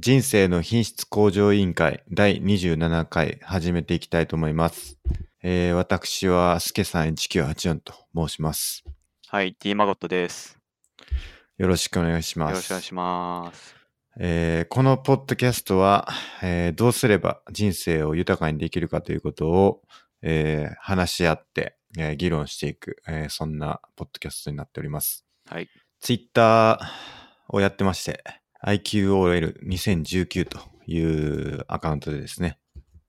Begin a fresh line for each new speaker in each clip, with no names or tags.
人生の品質向上委員会第27回始めていきたいと思います。えー私はすけさん1984と申します。
はい、D マゴットです。
よろしくお願いし
よ
ます。
ろしくお願いします。
えーこのポッドキャストは、えーどうすれば人生を豊かにできるかということを、えー話し合って、えー議論していく、えーそんなポッドキャストになっております。
はい。
ツイッターをやってまして、IQOL2019 というアカウントでですね、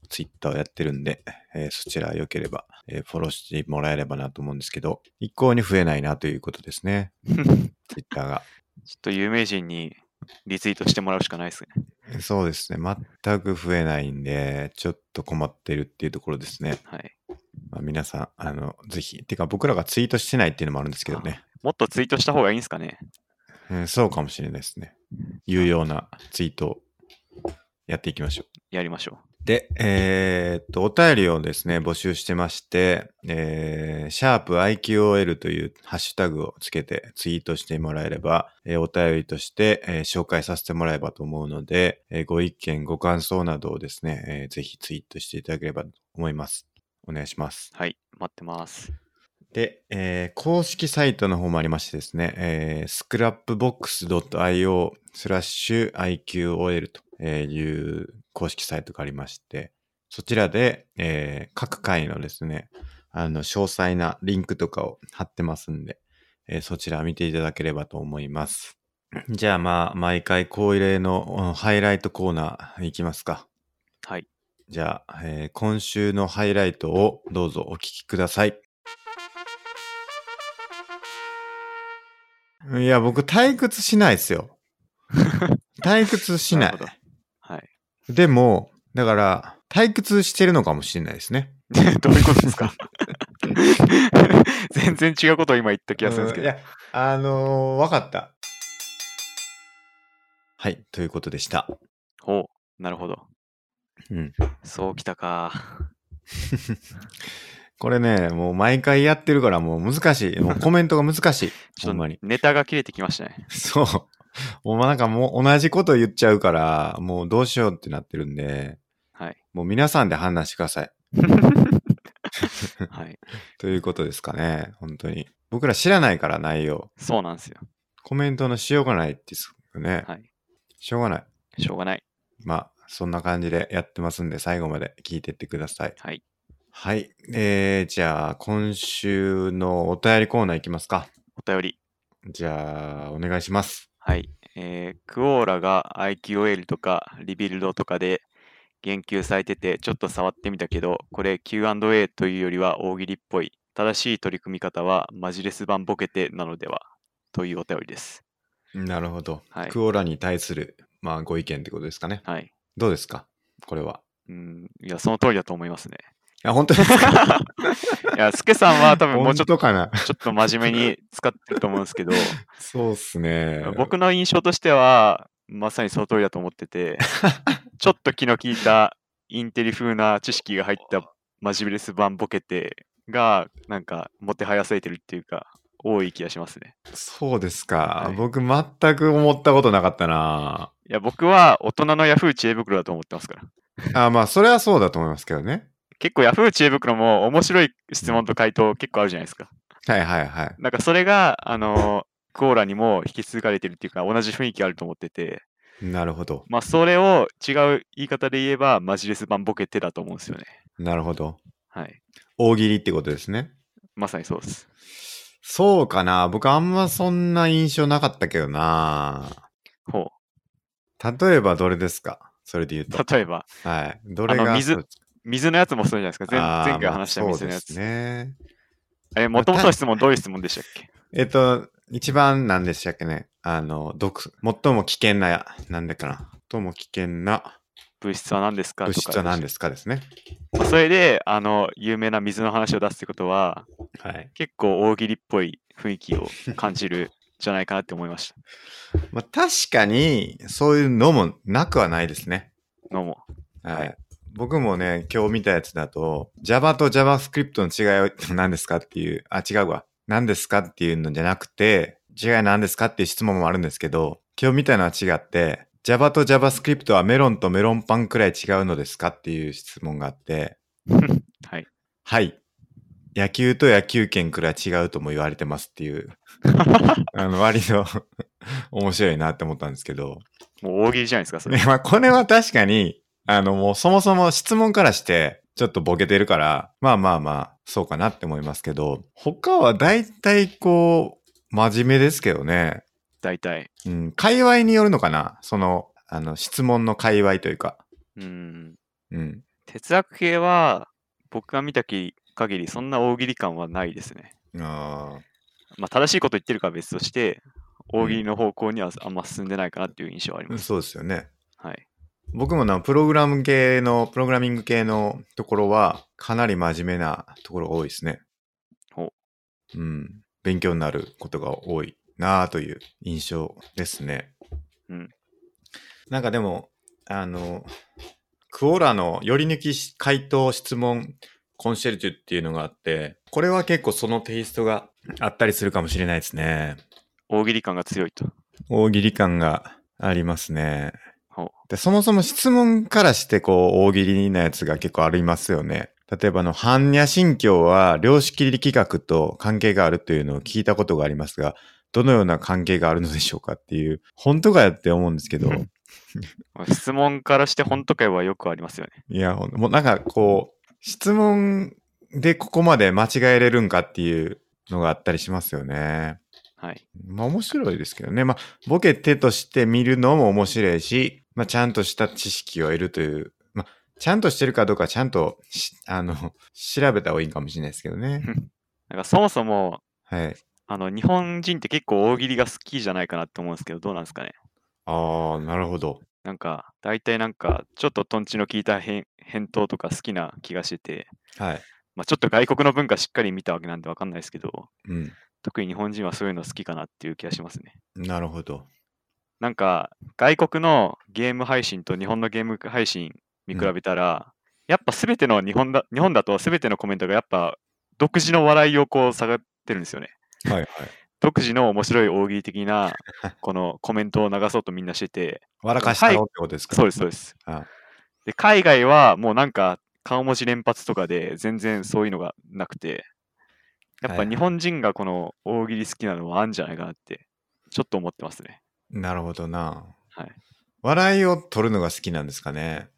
ツイッターをやってるんで、えーそちら良ければ、えーフォローしてもらえればなと思うんですけど、一向に増えないなということです ね、ツイッターが。
ちょっと有名人にリツイートしてもらうしかないですね。
そうですね。全く増えないんで、ちょっと困ってるっていうところですね。
はい。
まあ、皆さん、あの、ぜひ。てか、僕らがツイートしてないっていうのもあるんですけどね。
もっとツイートした方がいいんですかね
うん、そうかもしれないですね。有用なツイートをやっていきましょ
やりましょ
う。で、えーっと、お便りをですね、募集してまして、えー、シャープ i q o l というハッシュタグをつけてツイートしてもらえれば、えーお便りとして、えー紹介させてもらえばと思うので、えーご意見、ご感想などをですね、えーぜひツイートしていただければと思います。お願いします。
う。はい。待ってます。
で、えー公式サイトの方もありましてですね、えー scrapbox.io スラッシュ IQOL とえーいう公式サイトがありまして、そちらで、えー各回のですね、あの、詳細なリンクとかを貼ってますんで、えーそちら見ていただければと思います。じゃあまあ、毎回恒例のうんハイライトコーナーいきますか。
はい。
じゃあ、えー今週のハイライトをどうぞお聞きください。いや、僕退屈しないです よ。退屈しな
なるほ
い。
はい。
でも、だから、退屈してるのかもしれないですね。
どういうことですか 全然違うことを今言った気がするんですけ
うんい
ど。
や、あのー、わかった。はい、ということでした。
おなるほど。
うん。
そうきたか。
これね、もう毎回やってるからもう難しい。もうコメントが難し い。
ち
ほ
ょっ
ん
と
まに。
ネタが切れてきましたね。
そう。もうなんかもう同じこと言っちゃうから、もうどうしようってなってるんで、
はい。
もう皆さんで判断してください。
はい。
ということですかね。本当に。僕ら知らないから内容。
そうなんですよ。
コメントのしようがないですよね。
はい。
しょうがない。
しょうがない。
まあ、そんな感じでやってますんで、最後まで聞いてってください。
はい。
はい。えー、じゃあ、今週のお便りコーナーいきますか。
お便り。
じゃあ、お願いします。
はい、えークオーラが IQL とかリビルドとかで言及されててちょっと触ってみたけどこれ Q&A というよりは大喜利っぽい正しい取り組み方はマジレス版ボケてなのではというお便りです
なるほど。
はい
クオラに対する、まあ、ご意見ってことですかね。
はい
どうですかこれは。
うんいやその通りだと思いますね
あ、本当です か
いやスケさんは多分もうちょっと
本当かな
ちょっと真面目に使ってると思うんですけど
そうっすね。
僕の印象としてはまさにその通りだと思っててちょっと気の利いたインテリ風な知識が入ったマジブレス版ボケてがなんかもてはやされてるっていうか多い気がしますね
そうですか。
はい
僕、全く思ったことなかったない
や僕は大人のヤフー知恵袋だと思ってますから
あ、まあ、それはそうだと思いますけどね。
結構ヤフー知恵袋も面白い質問と回答結構あるじゃないですか
はいはいはい。
なんかそれがあのクオーラにも引き継がれてるっていうか同じ雰囲気あると思ってて
なるほど。
まあそれを違う言い方で言えばマジレス版ボケてだと思うんですよね
なるほど。
はい
大喜利ってことですね。
まさにそうです。
そうかな。僕、あんまそんな印象なかったけどな。
ほ
例えば、どれですかそれで言うと。
う。例えば、
はい。どれ
あ
が。
の水水のやつもそうじゃないですか。前
あー
前回話した
まあ
水のや
そうで
つ。
すね。
え、もともとの質問どういう質問でしたっ け
えっと、一番何でしたっけね。あの、毒、最も危険な、なんだっけな。最も危険な
物質は何ですか
物質は何
で
ですかですね。
すかそれで、あの、有名な水の話を出すってことは、
はい。
結構大喜利っぽい雰囲 気を感じるじゃないかなって思いまし
まあ、確かに、そういうのもなくはないですね。
た。のも。
は
はいい。
僕もね、今日見たやつだと、Java と JavaScript の違いは何ですかっていう、あ、違うわ。何ですかっていうのじゃなくて、違い何ですかっていう質問もあるんですけど、今日見たのは違って、 Java と JavaScript はメロンとメロンパンくらい違うのですかっていう質問があって、
はい。
はい。野球と野球拳くらい違うとも言われてますって いう、あの、割と面白いなって思ったんですけど、
もう大喜利じゃないですか、それ
ね。まあ、これは確かに、あの、もうそもそも質問からして、ちょっとボケてるから、まあまあまあ、そうかなって思いますけど、他は大体こう、真面目ですけどね。
大体。
うん、界隈によるのかなその、あの、質問の界隈というか。
うん。
うん。
哲学系は、僕が見たき限り、そんな大喜利感はないですね。
ああ。
まあ、正しいこと言ってるかは別として、大喜利の方向にはあんま進んでないかなっていう印象はあります。
そうですよね。
はい。
僕もな、プログラム系の、プログラミング系のところは、かなり真面目なところが多いですね。
ほ
う。ん。勉強になることが多いなあという印象ですね。
うん。
なんかでも、あの、クオラの寄り抜きし回答質問コンシェルジュっていうのがあって、これは結構そのテイストがあったりするかもしれないですね。
大喜利感が強いと。
大喜利感がありますね
ほう。
でそもそも質問からしてこう大喜利なやつが結構ありますよね。例えばあの、般若心経は量子力学と関係があるというのを聞いたことがありますが、どのような関係があるのでしょうかっていう、本当かよって思うんですけど、
質問からして本とかはよくありますよね。
いや、ほんもうなんかこう、質問でここまで間違えれるんかっていうのがあったりしますよね。
はい。
まあ面白いですけどね。まあ、ボケてとして見るのも面白いし、まあ、ちゃんとした知識を得るという、まあ、ちゃんとしてるかどうかちゃんとし、あの、調べた方がいいかもしれないですけどね。
なんかそもそも、
はい。
あの、日本人って結構大喜利が好きじゃないかなと思うんですけど、どうなんですかね。
ああ、なるほど。
なんか、大体なんか、ちょっとトンチの効いた返返答とか好きな気がしてて、
はい。
まあ、ちょっと外国の文化しっかり見たわけなんでわかんないですけど、
うん。
特に日本人はそういうの好きかなっていう気がしますね。
なるほど。
なんか、外国のゲーム配信と日本のゲーム配信見比
うん
べたら、やっぱ全ての日本だ、日本だと全てのコメントがやっぱ独自の笑いをこう下がってるんですよね。
はいはい。
独自の面白い大喜利 的なこのコメントを流そうとみんなしてて、
笑かしたろってことですか、
そうです、そうです
あ。
で、海外はもうなんか顔文字連発とかで全然そういうのがなくて、やっ
はいは
ぱ
い
日本人がこの大喜利好きなのはあるんじゃないかなって、ちょっと思ってますね。
なるほどな。
はい。
笑いを取るのが好きなんですかね。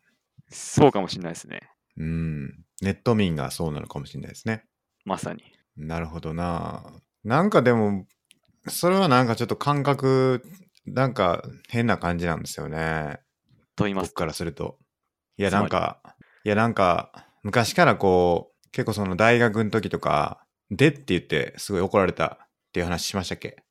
そうかもしれないですね。
うん。ネット民がそうなのかもしれないですね。
まさに。
なるほどな。なんかでも、それはなんかちょっと感覚、なんか変な感じなんですよね。
と言いま
僕
す
からすると。いや、
つま
な
り
んか、いや、なんか、昔からこう、結構その大学の時とか、でって言って、すごい怒られたっていう話しましたっけ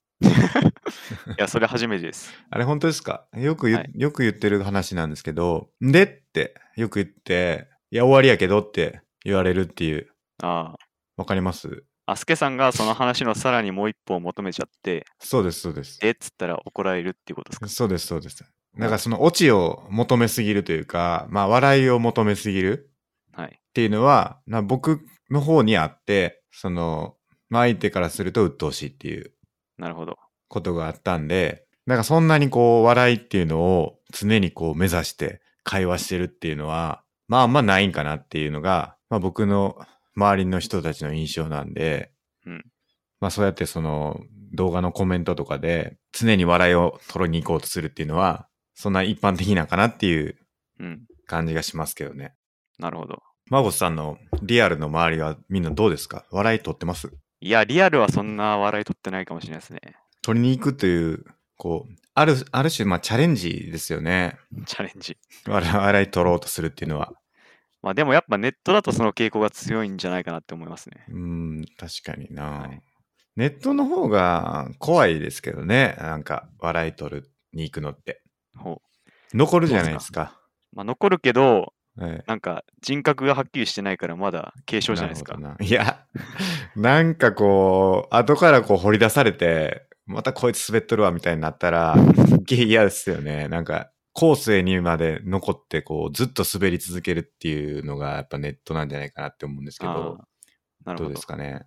いや、それ初めてです。
あれ本当ですかよく言、
はい
よく言ってる話なんですけど、でってよく言って、いや、終わりやけどって言われるっていう、
あ
わかります
あ。あすけさんがその話のさらにもう一歩を求めちゃって、
そうです、そうです。
えっつったら怒られるっていうことですか。
そうです、そうです。なんかそのオチを求めすぎるというか、まあ笑いを求めすぎる
はい。
っていうのは、まあ僕の方にあって、その、まあ相手からすると鬱陶しいっていう
なるほど。
ことがあったんで、なんかそんなにこう笑いっていうのを常にこう目指して会話してるっていうのは、まああんまないんかなっていうのが、まあ僕の周りの人たちの印象なんで、
うん
まあそうやってその動画のコメントとかで常に笑いを取りに行こうとするっていうのは、そんな一般的なんかなっていう
うん。
感じがしますけどね。
なるほど。
マゴスさんのリアルの周りはみんなどうですか笑い取ってます
いや、リアルはそんな笑い取ってないかもしれないですね。
取りに行くという、こう、ある、ある種、まあチャレンジですよね。
チャレンジ。
笑 笑い取ろうとするっていうのは。
まあでもやっぱネットだとその傾向が強いんじゃないかなって思いますね。
うん、確かにな、
はい
ネットの方が怖いですけどね。なんか、笑い取るに行くのって。
ほ
残るじゃないですか。
う。まあ残るけど、
ええ
なんか人格がはっきりしてないからまだ軽症じゃないですか。
るほどいや、 なんかこう、後からこう掘り出されて、またこいつ滑っとるわみたいになったら、すっげえ嫌ですよね。なんか、後世にまで残って、こう、ずっと滑り続けるっていうのが、やっぱネットなんじゃないかなって思うんですけ
あ
ど、
ーなる
ど
ほ
う
ど
ですかね。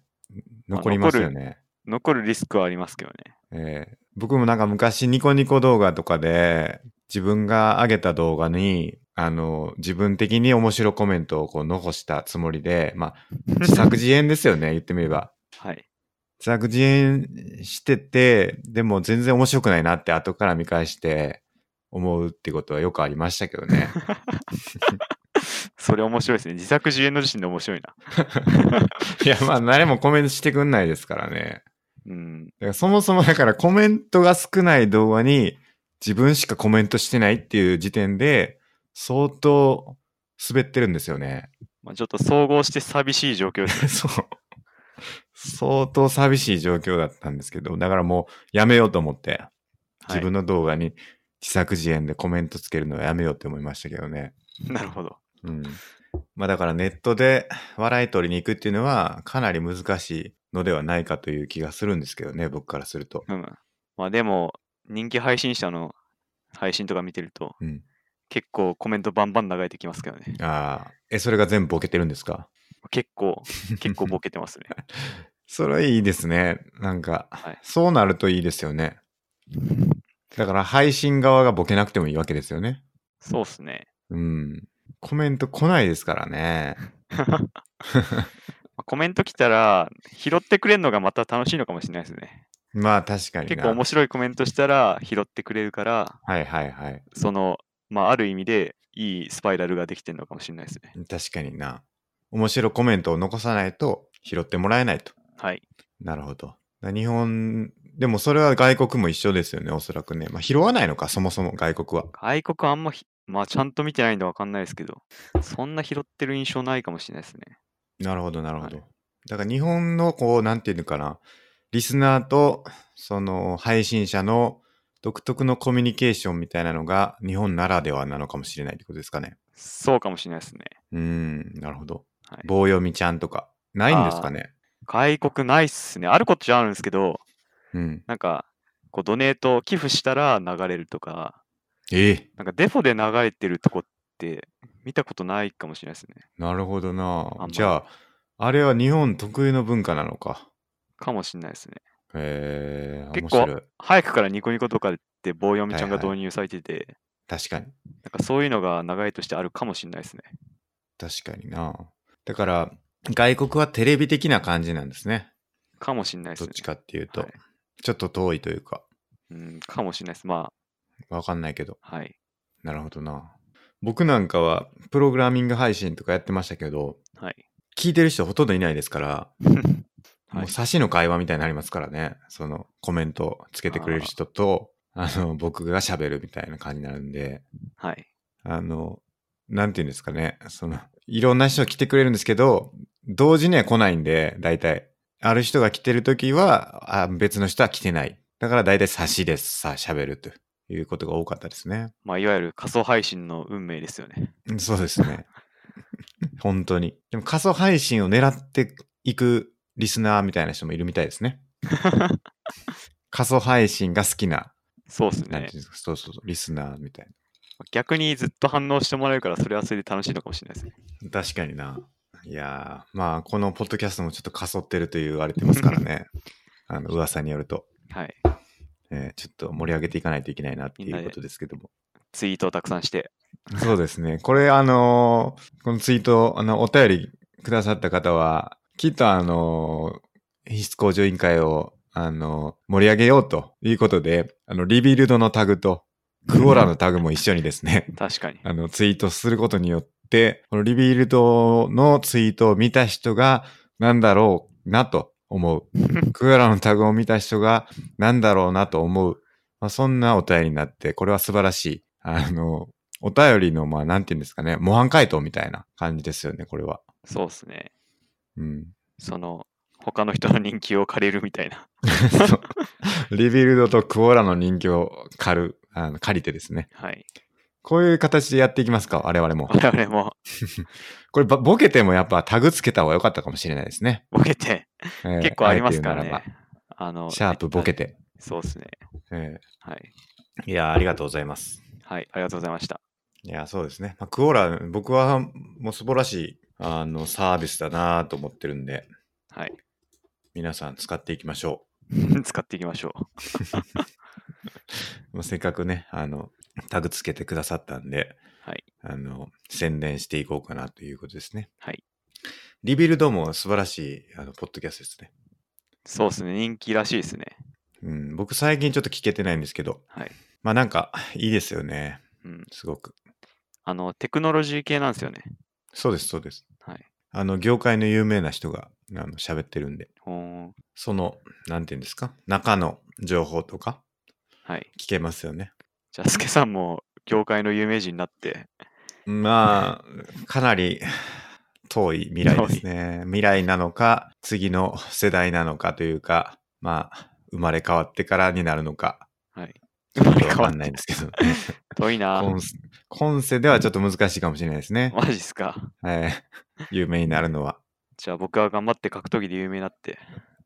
まあ
残りますよね。
残るリスクはありますけどね。
えー僕もなんか昔ニコニコ動画とかで自分が上げた動画に、あの、自分的に面白コメントをこう残したつもりで、まあ、自作自演ですよね、言ってみれば。
はい。
自作自演してて、でも全然面白くないなって後から見返して思うってことはよくありましたけどね。
それ面白いですね。自作自演の自身で面白いな。
いや、まあ、誰もコメントしてくんないですからね。
うん。
だからそもそもだからコメントが少ない動画に自分しかコメントしてないっていう時点で相当滑ってるんですよね。
まあ、ちょっと総合して寂しい状況です ね。
そう。相当寂しい状況だったんですけど、だからもうやめようと思って、
はい
自分の動画に自作自演でコメントつけるのはやめようって思いましたけどね。
なるほど。
うん。まあだからネットで笑い取りに行くっていうのはかなり難しいのではないかという気がするんですけどね、僕からすると。
うん。まあでも、人気配信者の配信とか見てると、
うん
結構コメントバンバン流れてきますけどね。
ああ、え、それが全部ボケてるんですか
結 構、結構ボケてますね。
それいいですね。なんか、
はい
そうなるといいですよね。だから配信側がボケなくてもいいわけですよね。
そうっすね。
うん。コメント来ないですからね。
コメント来たら、拾ってくれるのがまた楽しいのかもしれないですね。
まあ確かにな。
結構面白いコメントしたら、拾ってくれるから、
はいはいはい。
その、まあある意味で、いいスパイラルができてるのかもしれないですね。
確かにな。面白コメントを残さないと拾ってもらえないと。
はい。
なるほど。だ日本、でもそれは外国も一緒ですよね、おそらくね。まあ拾わないのか、そもそも外国は。
外国あんまひ、まあちゃんと見てないんでわかんないですけど、そんな拾ってる印象ないかもしれないですね。
なるほど、なるほど。
はい
だから日本のこう、なんていうのかな、リスナーとその配信者の独特のコミュニケーションみたいなのが日本ならではなのかもしれないってことですかね。
そうかもしれないですね。
うーん、なるほど。
はい
棒読みちゃんとか、ないんですかね。
外国ないっすね。あることじゃあるんですけど、
うん。
なんか、こうドネート、寄付したら流れるとか、
ええ
なんかデフォで流れてるとこって見たことないかもしれないですね。
なるほどな
あん。ま
じゃあ、あれは日本特有の文化なのか。
かもしれないですね。
へえ、面
結構
白い。
早くからニコニコとかで棒読みちゃんが
はいは
導入されてて、
確かに。
なんかそういうのが流れとしてあるかもしれないですね。
確かにな。だから、外国はテレビ的な感じなんですね。
かもしれないです
どっ
ね。
ちかっていうと、
はい
ちょっと遠いというか、
うん、かもしれないです。ま
わかんないけど。
あ、はい。
なるほどな。僕なんかは、プログラミング配信とかやってましたけど、
はい。
聞いてる人ほとんどいないですから、
は
も、
いう
差しの会話みたいになりますからね。その、コメントつけてくれる人と、あの、僕が喋るみたいな感じになるんで、
はい。
あの、なんて言うんですかね。その、いろんな人が来てくれるんですけど、同時には来ないんで、大体。ある人が来てるときはあ、別の人は来てない。だから大体差しです。さあ、喋るということが多かったですね。
まあ、いわゆる仮想配信の運命ですよね。
うんそうですね。 本当に。でも仮想配信を狙っていくリスナーみたいな人もいるみたいですね。仮想配信が好きな、
そうです
なん
ね
てい。うんですか、そうそうそう、リスナーみたい
逆にずっと反応してもらえるから、それはそれで楽しいのかもしれないですね。
な。確かにな。いやー、まあ、このポッドキャストもちょっとかそってると言われてますからね。あの、噂によると、
はい。
えーちょっと盛り上げていかないといけないなっていうことですけども。
ツイートをたくさんして。
そうですね。これ、あのーこのツイート、あの、お便りくださった方は、きっとあのー品質向上委員会を、あのー盛り上げようということで、あの、リビルドのタグと、クオラのタグも一緒にですね、
確かに。
あの、ツイートすることによって、このリビルドのツイートを見た人が、なんだろうなと思 う。クーラのタグを見た人が、なんだろうなと思う。まあ、そんなお便りになって、これは素晴らしい。あの、お便りの、まあ、なんて言うんですかね、模範解答みたいな感じですよね、これは。
そうですね。
うん。
その、他の人の人気を借りるみたいな。
そうリビルドとクオラの人気を借る、あの借りてですね。
はい。
こういう形でやっていきますか、我々も。
我々も
これ、ばボケてもやっぱタグつけた方が良かったかもしれないですね。
ボケて、
えー
結構ありますから。
あえて
ね。あ
言う
の、
ならばシャープボケ
て。
て。
そうですね。
え
はい。
ーいやー、ありがとうございます。
はい。ありがとうございました。
いやー、そうですね。まあ、クオーラ、僕はもう素晴らしいあのサービスだなーと思ってるんで、
はい。
皆さん使っていきましょ
使っていきましょう。
う。まあせっかくね、あの、タグつけてくださったんで、
はい
あの、宣伝していこうかなということですね。
はい。
リビルドも素晴らしい、あの、ポッドキャストですね。
そうですね。人気らしいですね。
うん、僕最近ちょっと聞けてないんですけど、
はい。
まあなんか、いいですよね。
うん。
すごく。
あの、テクノロジー系なんですよね。
そうです、そうです。
はい。
あの、業界の有名な人が、あの、喋ってるんで、
ほーん
その、なんていうんですか、中の情報とか、
はい。
聞けますよね。
じゃあ、スケさんも業界の有名人になって、
まあ、かなり遠い未来ですね。未来なのか、次の世代なのかというか、まあ、生まれ変わってからになるのか、
はい。
ちょっとわかんないんですけど、
遠いな。
今世今世ではちょっと難しいかもしれないですね。
マジっすか。
はい。有名になるのは。
じゃあ、僕は頑張って格闘技で有名になって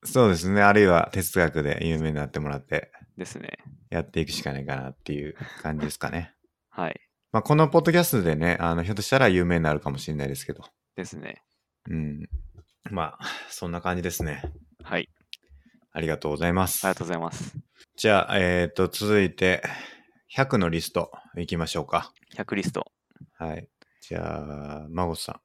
そうですね。あるいは哲学で有名になってもらって、
ですね。
やっていくしかないかなっていう感じですかね。
はい。
まあ、このポッドキャストでね、あの、ひょっとしたら有名になるかもしれないですけど。
ですね。
うん。まあ、そんな感じですね。
はい。
ありがとうございます。
ありがとうございます。
じゃあ、えっ、と、続いて、100のリストいきましょうか。
100リスト。
はい。じゃあ、孫さ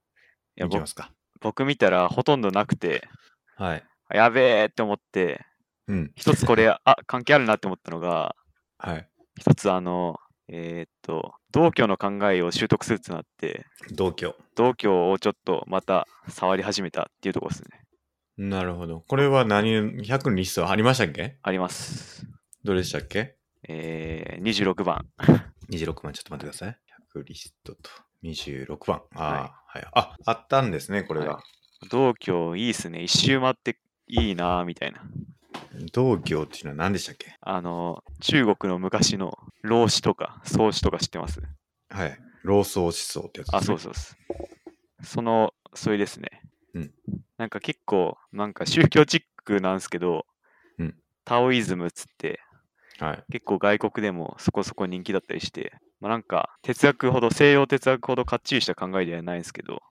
い
ん、
や、
いき
ぼ
ますか。
僕見たらほとんどなくて、
はい。
あやべえって思って、
うん。
一つ これ、あ、関係あるなって思ったのが、
はい。
一つあの、えーっと、同居の考えを習得するってなって、
同居。
同居をちょっとまた触り始めたっていうところですね。
なるほど。これは何、100のリストありましたっけ
あります。
どれでしたっけ
えー、26番。
?26 番、ちょっと待ってください。100リストと26番。ああ、はい。あ、あったんですね、これが。
は同居いいっすね。一周回っていいなーみたいな。
同居っていうのは何でしたっけ
あの、中国の昔の老子とか宗子とか知ってます
はい。老僧思想ってやつです、ね。
あ、そうそうです。その、それですね。
うん
なんか結構、なんか宗教チックなんですけど、
うん
タオイズムっつって、
はい。
結構外国でもそこそこ人気だったりして、まあ、なんか哲学ほど、西洋哲学ほどかっちりした考えではないんですけど、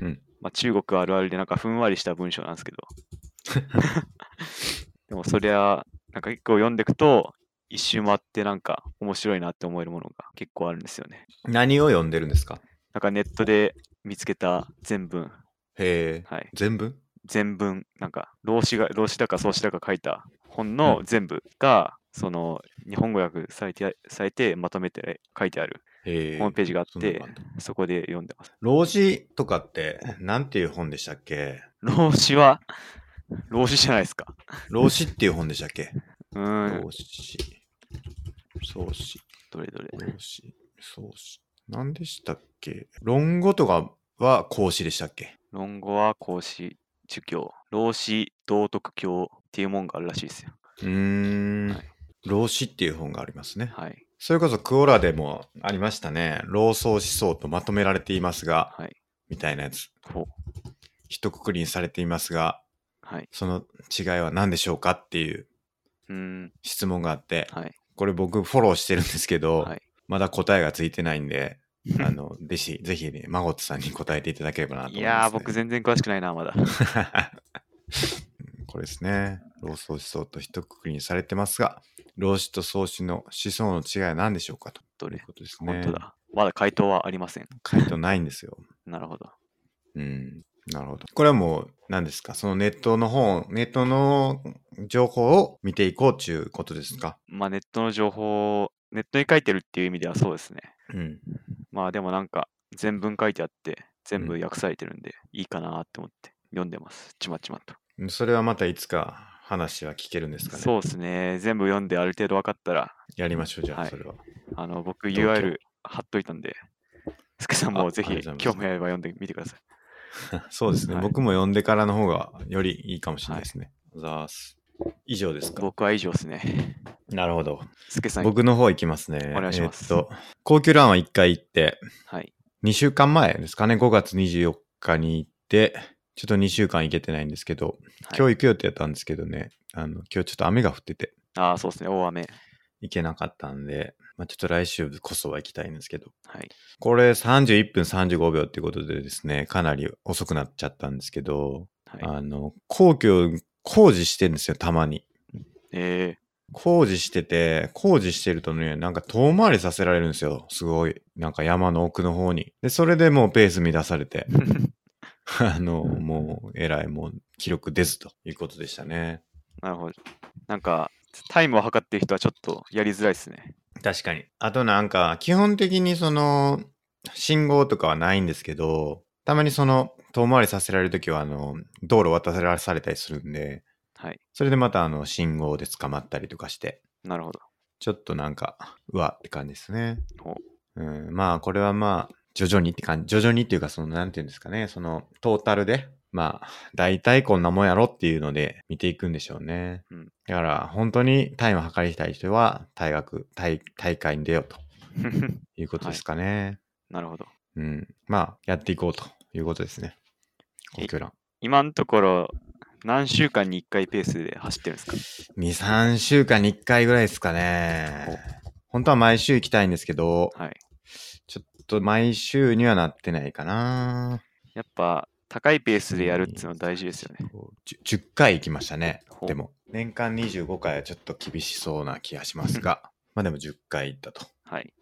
うん
まあ、中国あるあるでなんかふんわりした文章な んですけど、でもそりゃ、なんか結構読んでいくと、一周回ってなんか面白いなって思えるものが結構あるんですよね。
何を読んでるんですか
なんかネットで見つけた全文、
へえ。
はい、
全文
全文、なんか老子が、老子だか創子だか書いた本の全部が、その日本語訳されてされてまとめて書いてある
へえ。
ホームページがあっ
そんなの
て
があ、んだ
そこで読んでます。
老子とかって、なんていう本でしたっけ
老子は、老子じゃないですか。
老子っていう本でしたっけ
うーん、
老子。老子。
どれどれ。
老子。老子。何でしたっけ論語とかは孔子でしたっけ
論語は孔子、儒教、老子、道徳教っていうもんがあるらしいですよ。
うーん、
はい
老子っていう本がありますね。
はい、
それこそクオラでもありましたね。老僧思想とまとめられていますが、
はい、
みたいなやつ。
ほう、
一括りにされていますが、
はい、
その違いは何でしょうかっていう
うーん、
質問があって、
はい、
これ僕フォローしてるんですけど、
はい。
まだ答えがついてないんで、あの、弟子、ぜひね、マゴットさんに答えていただければなと思
い
い
や
ま
ー、
す、ね。
僕全然詳しくないな、まだ。
これですね。老僧思想と一括りにされてますが、老子と宗子の思想の違いは何でしょうかと
ど
いう
れ
ことですね。
本当だ。まだ回答はありません。
回答ないんですよ。
なるほど。
うん。なるほど。これはもう、何ですかそのネットの本、ネットの情報を見ていこうということですか
まあネットの情報を、ネットに書いてるっていう意味ではそうですね。
うん。
まあでもなんか全文書いてあって、全
う
部
ん
訳されてるんで、いいかなって思って読んでます。ちまちまと。
それはまたいつか話は聞けるんですかね。
そうですね。全部読んである程度分かったら、
やりましょう、じゃ
は
あ、
い
それは。
あの、僕
どうぞ
URL 貼っといたんで、すけさん
あ
もぜ
あ
ひ
りがとうございます
興味あれば読んでみてください。
そうですね、
はい
僕も読んでからの方がよりいいかもしれないですね。ざーす。以上ですか。
僕は以上ですね。
なるほど。
すけさん、
僕の方行きますね。
お願いします
えっと、高級ランは1回行って、
はい。
2週間前ですかね、5月24日に行って、ちょっと2週間行けてないんですけど、
はい
今日行く予定だったんですけどね、あの、今日ちょっと雨が降ってて
ああ、そうですね。大雨。
行けなかったんで、まあ、ちょっと来週こそは行きたいんですけど、
はい。
これ31分35秒っていうことでですね、かなり遅くなっちゃったんですけど、
はい、
あの、皇居工事してるんですよ、たまに。
え
工事してて、工事してるとね、なんか遠回りさせられるんですよ。すごい。なんか山の奥の方に。で、それでもうペース乱されて、あの、もう、えらい、もう、記録ですということでしたね。
なるほど。なんか、タイムを測ってる人はちょっとやりづらいですね。
確かに。あとなんか、基本的にその、信号とかはないんですけど、たまにその、遠回りさせられるときは、あの、道路渡されたりするんで、
はい。
それでまた、あの、信号で捕まったりとかして、
なるほど。
ちょっとなんか、うわって感じですね
ほ。
うん、まあ、これはまあ、徐々にって感じ、徐々にっていうか、その、なんていうんですかね、その、トータルで、まあ、大体こんなもんやろっていうので見ていくんでしょうね。
うん
だから、本当にタイムを測りたい人は、大学、大大会に出ようということですかね。
なるほど。
うん。まあ、やっていこうということですね。
はい
国境欄。
今のところ、何週間に1回ペースで走ってるんですか
2、3週間に1回ぐらいですかね。本当は毎週行きたいんですけど、
はい。
ちょっと毎週にはなってないかな。
やっぱ、高いペースでやるっていうのは大事ですよね。
10。10回行きましたね
ほ。う
でも、年間25回はちょっと厳しそうな気がしますが、 まあでも10回行ったと
はい。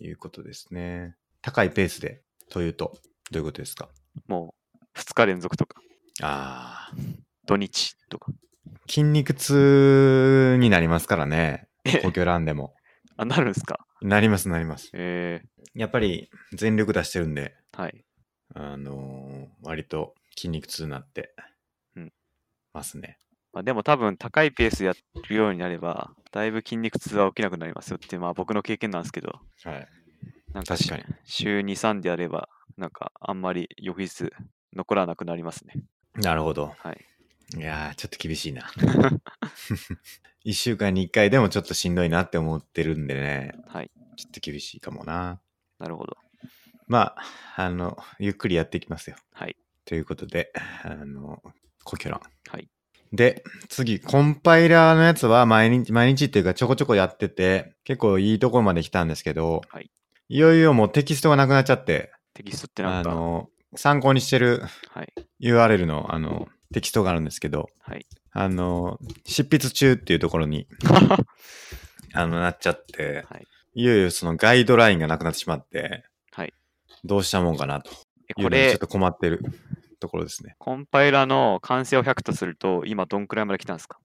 いうことですね。高いペースで、というと、どういうことですか
もう、2日連続とか、
ああ、
土日とか。
筋肉痛になりますからね。
え
東京ランでも。
あ、なるんですか
なります、なります。
え
やっぱり全力出してるんで、
ー、はい。
あのー割と筋肉痛になって
うん、
ますね。
まあ、でも多分高いペースでやるようになれば、だいぶ筋肉痛は起きなくなりますよって、まあ僕の経験なんですけど、
はい。
なんか
確かに。
週2、3でやれば、なんかあんまり翌日残らなくなりますね。
なるほど。
はい。
いやー、ちょっと厳しいな。 一週間に一回でもちょっとしんどいなって思ってるんでね、
はい。
ちょっと厳しいかもな。
なるほど。
まあ、あの、ゆっくりやっていきますよ。
はい。
ということで、あの、コキョラン。
はい。
で、次、コンパイラーのやつは毎日、毎日っていうかちょこちょこやってて、結構いいところまで来たんですけど、
はい、
よいよもうテキストがなくなっちゃって、
テキストってな
あ
んか、
の、参考にしてる
はい。
URL のあのテキストがあるんですけど、
はい
あの執筆中っていうところ に
は
あのなっちゃって、
い。
いよいよそのガイドラインがなくなってしまって、
はい
どうしたもんかなと
え
いうの
こ
にちょっ
れ、
と困ってるところですね。
コンパイラーの完成を100とすると、今どんくらいまで来たんですか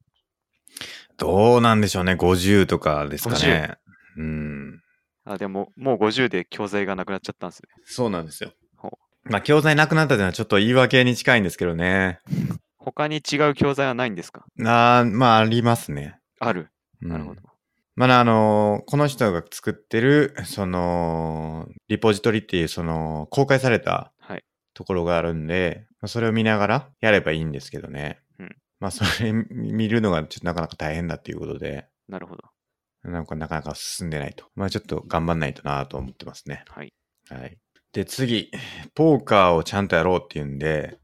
どうなんでしょうね、50とかですかね。うん、
あ、でも、もう50で教材がなくなっちゃったんですね。
そうなんですよ
ほう。
まあ、教材なくなったというのはちょっと言い訳に近いんですけどね。
他に違う教材はないんですか
なまあ、ありますね。
ある。
うん
なるほど。
まあ、あの、この人が作ってる、その、リポジトリっていう、その、公開された
はい
ところがあるんで、まあそれを見ながらやればいいんですけどね。
うん
まあ、それ見るのがちょっとなかなか大変だっていうことで、
なるほど。
なんかなかなか進んでないと。まあ、ちょっと頑張んないとなと思ってますね。
はい。
はい。で、次、ポーカーをちゃんとやろうっていうんで、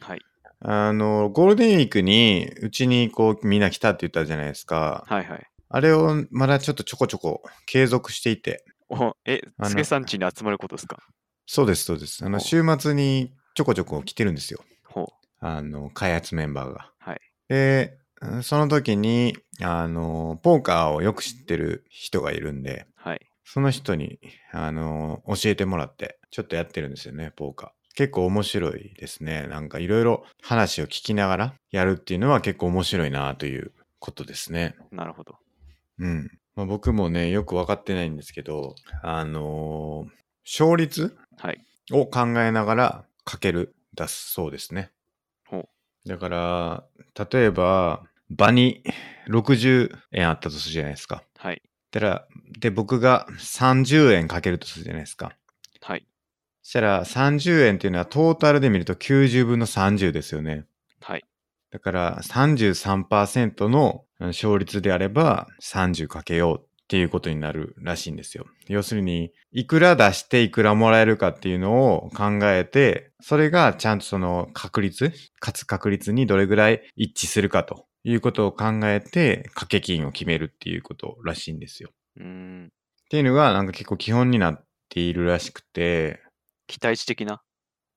はい。
あの、ゴールデンウィークに、うちにこう、みんな来たって言ったじゃないですか。
はいはい。
あれをまだちょっとちょこちょこ継続していて、
おえ
あ、の
つけさんちに集まることですか
そうです、そうです。あの、
ほう
週末にちょこちょこ来てるんですよ。
ほう。
あの、開発メンバーが。
はい
で、うんその時に、あの、ポーカーをよく知ってる人がいるんで、
はい。
その人に、あの、教えてもらって、ちょっとやってるんですよね、ポーカー。結構面白いですね。なんかいろいろ話を聞きながらやるっていうのは結構面白いなということですね。
なるほど。
うん。まあ、僕もね、よく分かってないんですけど、あのー勝率
はい
を考えながらかける、出すそうですね。
ほ
だから、例えば、場に60円あったとするじゃないですか。
はい。
たら、で、僕が30円かけるとするじゃないですか。
はい。
そしたら、30円っていうのはトータルで見ると90分の30ですよね。
はい。
だから33%の勝率であれば30かけようっていうことになるらしいんですよ。要するに、いくら出していくらもらえるかっていうのを考えて、それがちゃんとその確率、勝つ確率にどれぐらい一致するかということを考えて、掛け金を決めるっていうことらしいんですよ。
うーん。
っていうのがなんか結構基本になっているらしくて、
期待値的な。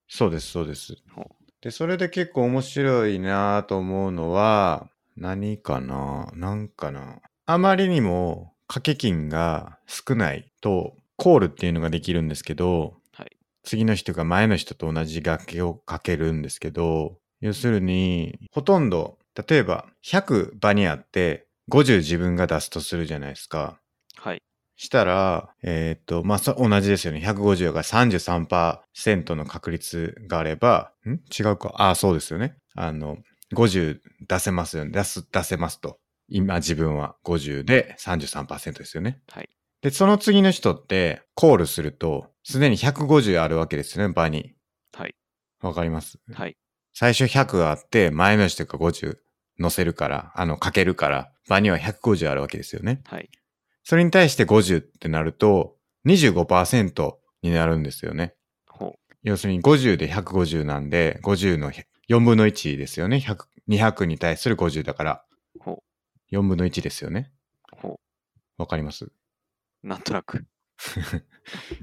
そうです、そうです
ほう。
で、それで結構面白いなぁと思うのは、何かななんかなあまりにも掛け金が少ないと、コールっていうのができるんですけど、
はい
次の日とか前の人と同じ楽器をかけるんですけど、要するに、ほとんど、例えば100場にあって、50自分が出すとするじゃないですか。
はい。
したら、えーっと、まあ、そ同じですよね。150が33%の確率があれば、ん違うか。ああ、そうですよね。あの、50出せますよね。出す、出せますと。今自分は50で33%ですよね。
はい。
で、その次の人って、コールすると、すでに150あるわけですよね、場に。
はい。
わかります
はい。
最初100あって、前の人が50乗せるから、あの、かけるから、場には150あるわけですよね。
はい。
それに対して50ってなると、25%になるんですよね。
ほ
要するに50で150なんで、50の4分の1ですよね。100 200に対する50だから
ほ、
4分の1ですよね。
う。ほ
わかります
う。なんとなく。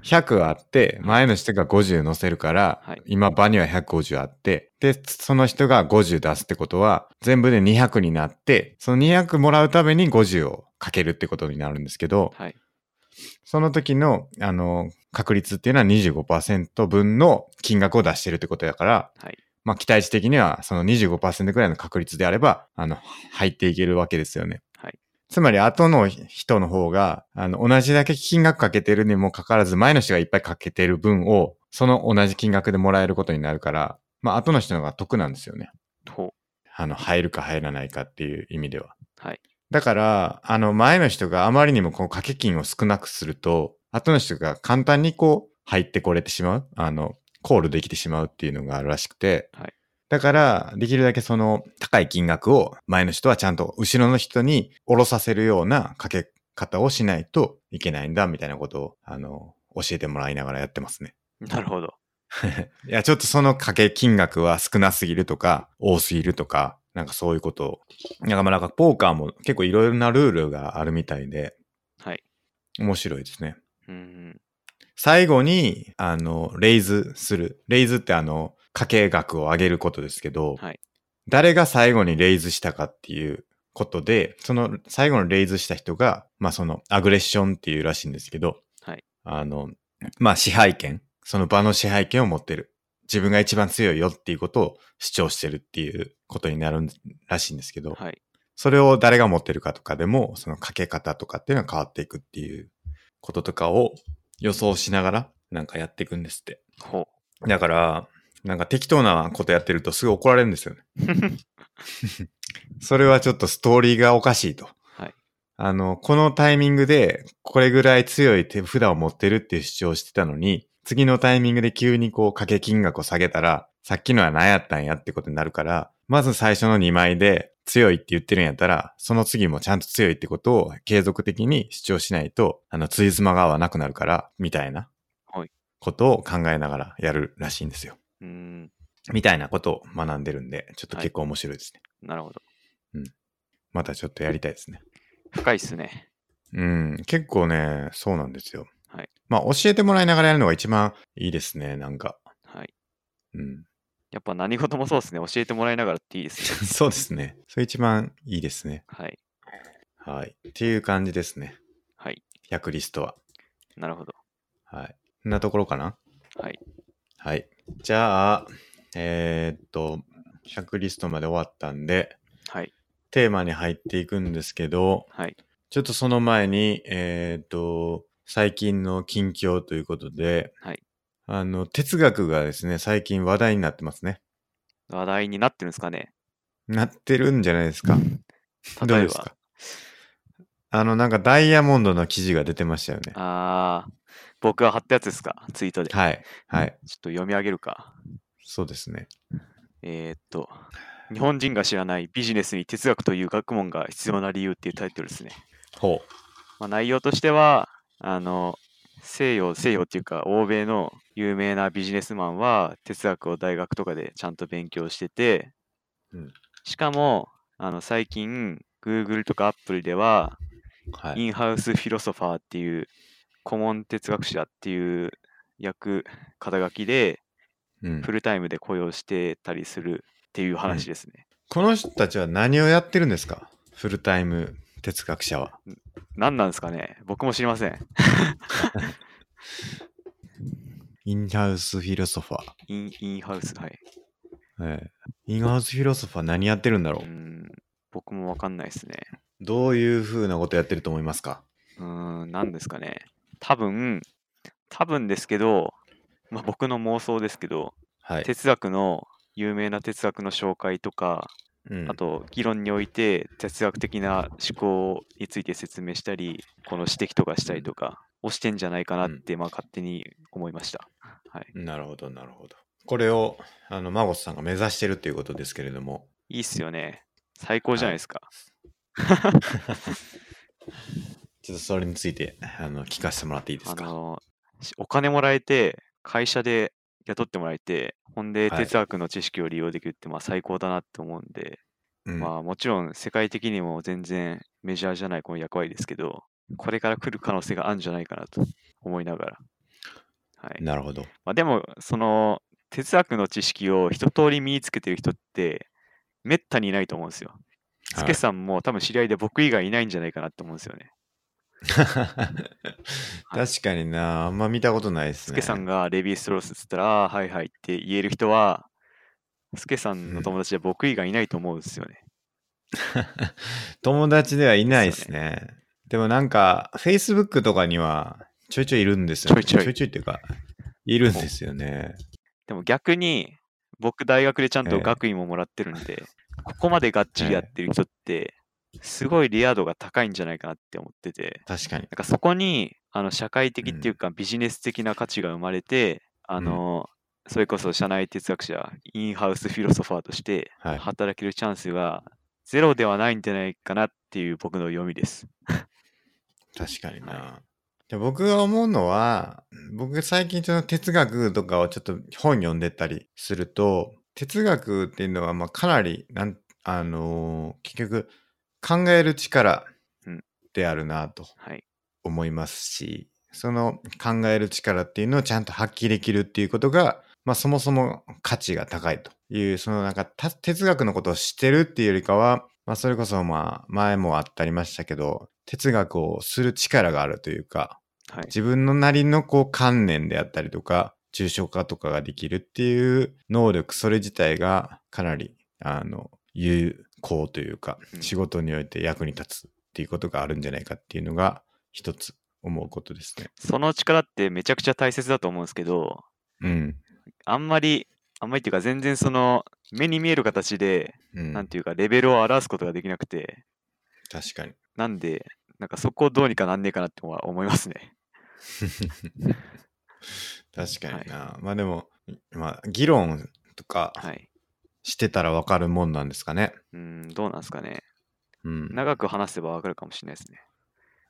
100あって、前の人が50乗せるから、
はい
今場には150あって、で、その人が50出すってことは、全部で200になって、その200もらうために50をかけるってことになるんですけど、
はい。
その時の、あの、確率っていうのは25%分の金額を出してるってことだから、
はい
まあ期待値的にはその25%ぐらいの確率であれば、あの、入っていけるわけですよね。
はい
つまり後の人の方が、あの、同じだけ金額かけてるにもかかわらず、前の人がいっぱいかけてる分を、その同じ金額でもらえることになるから、まあ後の人の方が得なんですよね。
ほう。
あの、入るか入らないかっていう意味では。
はい。
だから、あの、前の人があまりにもこう、掛け金を少なくすると、後の人が簡単にこう、入ってこれてしまう。あの、コールできてしまうっていうのがあるらしくて。
はい
だから、できるだけその、高い金額を前の人はちゃんと後ろの人に下ろさせるようなかけ方をしないといけないんだ、みたいなことを、あの、教えてもらいながらやってますね。
なるほど。
いや、ちょっとその掛け金額は少なすぎるとか、多すぎるとか、なんかそういうことを。なんかまあなんかポーカーも結構いろいろなルールがあるみたいで、
はい。
面白いですね。
うーん。
最後に、あの、レイズする。レイズってあの、掛け額を上げることですけど、
はい
誰が最後にレイズしたかっていうことで、その最後のレイズした人が、まあその、アグレッションっていうらしいんですけど、
はい
あの、まあ支配権、その場の支配権を持ってる。自分が一番強いよっていうことを主張してるっていうことになるんらしいんですけど、
はい。
それを誰が持ってるかとかでも、そのかけ方とかっていうのは変わっていくっていうこととかを予想しながらなんかやっていくんですって。
ほ
だから、なんか適当なことやってるとすぐ怒られるんですよね。
う。
それはちょっとストーリーがおかしいと。
はい。
あの、このタイミングでこれぐらい強い手札を持ってるっていう主張をしてたのに、次のタイミングで急にこう掛け金額を下げたら、さっきのは何やったんやってことになるから、まず最初の2枚で強いって言ってるんやったら、その次もちゃんと強いってことを継続的に主張しないと、あの、ついつまが合わなくなるから、みたいな
はい、
ことを考えながらやるらしいんですよ。
うーん。
みたいなことを学んでるんで、ちょっと結構面白いですね。
なるほど。
またちょっとやりたいですね。
深いっすね。
うん、結構ね、そうなんですよ。
はい。
まあ、教えてもらいながらやるのが一番いいですね、なんか。
はい。
うん。
やっぱ何事もそうですね。教えてもらいながらっていいで すね。
そうですね。それ一番いいですね。
はい。
はい。っていう感じですね。
はい。
100リストは。
なるほど。
はい。こんなところかな
はい。
はい。じゃあ、えーっと、100リストまで終わったんで、
はい。
テーマに入っていくんですけど、
はい。
ちょっとその前に、えっ、と、最近の近況ということで、
はい
あの、哲学がですね、最近話題になってますね。
話題になってるんですかね。
なってるんじゃないですか。どう
例え
です
ば
か。あの、なんかダイヤモンドの記事が出てましたよね。
ああ、僕が貼ったやつですか、ツイートで。
はい。はい。
ちょっと読み上げるか。
そうですね。
えーっと、日本人が知らないビジネスに哲学という学問が必要な理由っていうタイトルですね。
ほ
まあ、内容としては、あの、西洋、西洋っていうか、欧米の有名なビジネスマンは哲学を大学とかでちゃんと勉強してて、
うん
しかも、あの最近、Google とか Apple では、
う。は
イ
い。
ンハウスフィロソファーっていう顧問哲学者っていう役肩書きで
うん
フルタイムで雇用してたりするっていう話ですね。
この人たちは何をやってるんですかフルタイム哲学者は。
何なんですかね僕も知りません。
インハウスフィロソファー。
インインハウス、はい。
ええインハウスフィロソファー何やってるんだろ
うーん僕もわかんないですね。
うどういうふうなことやってると思いますか
うーん、何ですかね。多分、多分ですけど、まあ、僕の妄想ですけど、
はい。
哲学の、有名な哲学の紹介とか、
うん
あと、議論において哲学的な思考について説明したり、この指摘とかしたりとかをしてんじゃないかなって、まあ、勝手に思いました。はい。
なるほど、なるほど。これを、あの、マゴスさんが目指してるということですけれども、
いいっすよね。最高じゃないですか。
ちょっとそれについて、あの、聞かせてもらっていいです
あ
か
のしお金もらえて会社で雇ってもらえてほんで
はい
哲学の知識を利用できるってまあ最高だなって思うんで、
うん
まあもちろん世界的にも全然メジャーじゃないこの役割ですけどこれから来る可能性があるんじゃないかなと思いながら、はい
なるほど。
まあ、でもその哲学の知識を一通り身につけてる人ってめったにいないと思うんですよ。ス
はい
ケさんも多分知り合いで僕以外いないんじゃないかなって思うんですよね。
確かにな、あんま見たことないです
ス
ね。
ケさんがレヴィ・ストロースっつったら、あーはいはいって言える人は、スケさんの友達は僕以外いないと思うんですよね。
友達ではいないですね。でもなんか、Facebook とかにはちょいちょいいるんですよ、ね。
ちょい
ち
ちょい
ょいちょいっていうか、いるんですよね。
でも逆に、僕大学でちゃん
え
と
え
学位ももらってるんで、ここまでがっちりやってる人って、すごいレア度が高いんじゃないかなって思ってて、
確かに
なん。かそこに、あの、社会的っ
うん
ていうかビジネス的な価値が生まれて、あ
うん
の、それこそ社内哲学者、インハウスフィロソファーとして
はい。
働けるチャンスがゼロではないんじゃないかなっていう僕の読みです。
確かにな。
は
で僕が思うのは、僕最近その哲学とかをちょっと本読んでたりすると、哲学っていうのはまあかなりなん、あのー結局考える力
うん
であるなと
はい。
思いますし、その考える力っていうのをちゃんと発揮できるっていうことが、まあそもそも価値が高いという、そのなんかた哲学のことを知ってるっていうよりかは、まあそれこそまあ前もあったりましたけど、哲学をする力があるというか、
はい。
自分のなりのこう観念であったりとか、抽象化とかができるっていう能力、それ自体がかなり、あの、有効というか
う、ん
仕事において役に立つっていうことがあるんじゃないかっていうのが、一つ思うことですね。
その力ってめちゃくちゃ大切だと思うんですけど、
うん。
あんまり、あんまりっていうか全然その目に見える形で、
うん。
なんていうかレベルを表すことができなくて、
確かに。
なんで、なんかそこをどうにかなんねえかなっては思いますね。
確かにな。まあでも、まあ、議論とか
はい。
してたらわかるもんなんですかね。
うん、どうなんですかね。
うん。
長く話せばわかるかもしれないですね。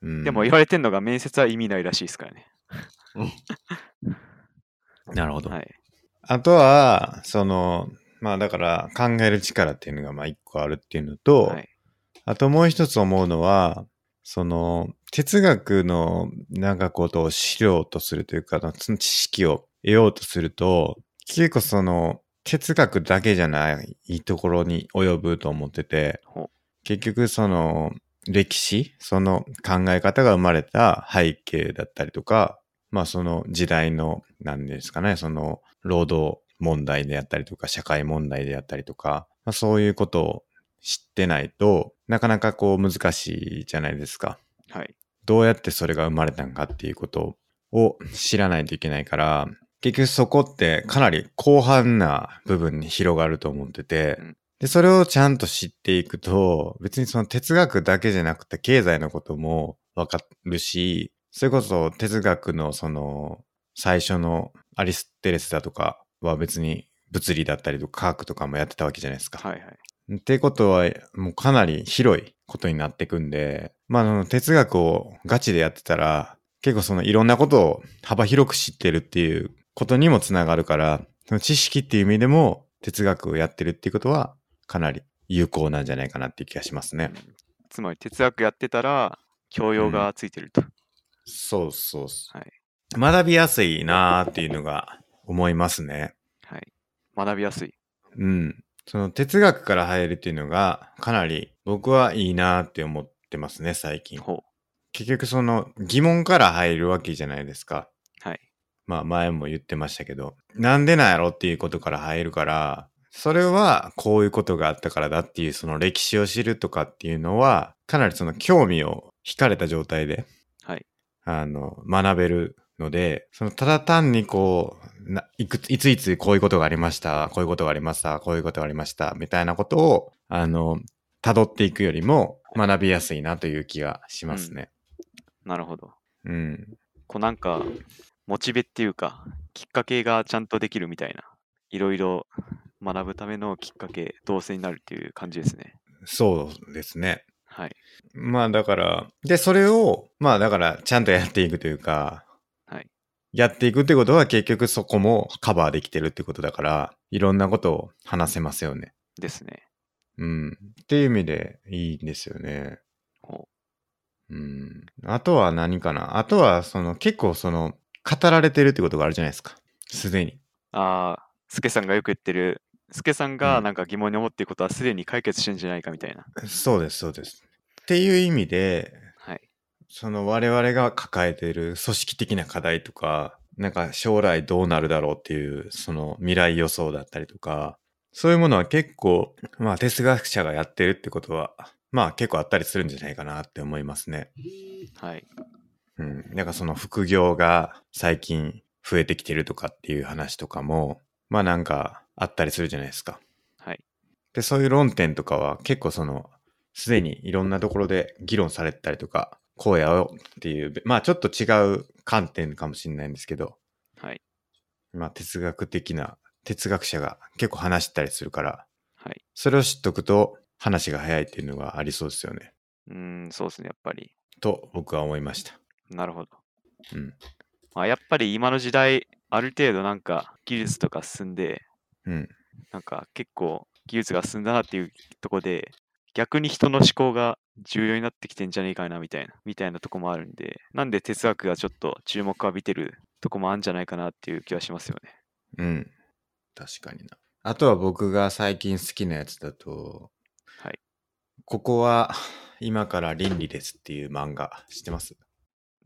うん
でも言われてんのが面接は意味ないらしいですからね。
なるほど。
はい。
あとは、その、まあだから考える力っていうのがまあ一個あるっていうのと、
はい。
あともう一つ思うのは、その哲学のなんかことを資料とするというか、その知識を得ようとすると、結構その哲学だけじゃないところに及ぶと思ってて
ほう、
結局その歴史、その考え方が生まれた背景だったりとか、まあその時代の何ですかね、その労働問題であったりとか、社会問題であったりとか、まあそういうことを知ってないとなかなかこう難しいじゃないですか。
はい。
どうやってそれが生まれたのかっていうことを知らないといけないから、結局そこってかなり広範な部分に広がると思ってて
うん、
で、それをちゃんと知っていくと、別にその哲学だけじゃなくて経済のこともわかるし、それこそ哲学のその最初のアリステレスだとかは別に物理だったりとか科学とかもやってたわけじゃないですか。
はいはい。
ってことは、もうかなり広いことになってくんで、まあ、あの哲学をガチでやってたら、結構そのいろんなことを幅広く知ってるっていうことにもつながるから、その知識っていう意味でも哲学をやってるっていうことは、かなり有効なんじゃないかなっていう気がしますね。
つまり哲学やってたら教養がついてると。
そうそう
うはい
学びやすいなーっていうのが思いますね。
はい。学びやすい。
うん。その哲学から入るっていうのが、かなり僕はいいなーって思っってますね、最近。
ほ
結局その疑問から入るわけじゃないですか。
う。はい。
まあ前も言ってましたけど、なんでなんやろっていうことから入るから、それはこういうことがあったからだっていうその歴史を知るとかっていうのは、かなりその興味を惹かれた状態で、
はい。
あの、学べるので、そのただ単にこう、ないくついついつこういうことがありました、こういうことがありました、こういうことがありました、みたいなことを、あの、辿っていくよりも学びやすいなという気がしますね。
なるほど。
うん
こうなんか、モチベっていうか、きっかけがちゃんとできるみたいな。いろいろ学ぶためのきっかけ、動線になるっていう感じですね。
そうですね。
はい。
まあだから、で、それを、まあだから、ちゃんとやっていくというか、
はい。
やっていくってことは結局そこもカバーできてるってことだから、いろんなことを話せますよね。
ですね。
うん。っていう意味でいいんですよね。
ほ
うん。あとは何かなあとは、その、結構その、語られてるってことがあるじゃないですか。すでに。
う。ああ、スケさんがよく言ってる、スケさん
う
が
ん
なんか疑問に思っていることはすでに解決してんじゃないかみたいな。
そうです、そうです。っていう意味で、
はい。
その我々が抱えている組織的な課題とか、なんか将来どうなるだろうっていう、その未来予想だったりとか、そういうものは結構、まあ哲学者がやってるってことは、まあ結構あったりするんじゃないかなって思いますね。
はい。
うん。なんかその副業が最近増えてきてるとかっていう話とかも、まあなんかあったりするじゃないですか。
はい。
で、そういう論点とかは結構その、すでにいろんなところで議論されてたりとか、こうやよっていう、まあちょっと違う観点かもしれないんですけど、
はい。
まあ哲学的な、哲学者が結構話してたりするから、
はい。
それを知っとくと話が早いっていうのがありそうですよね。
うーん、そうですね、やっぱり。
と僕は思いました。
なるほど。
うん。
まあ、やっぱり今の時代、ある程度なんか技術とか進んで、
うん。
なんか結構技術が進んだなっていうとこで、逆に人の思考が重要になってきてんじゃねえかなみたいな、みたいなとこもあるんで、なんで哲学がちょっと注目を浴びてるとこもあるんじゃないかなっていう気はしますよね。
うん。確かにな。あとは僕が最近好きなやつだと、
はい。
ここは 今から倫理ですっていう漫画知ってます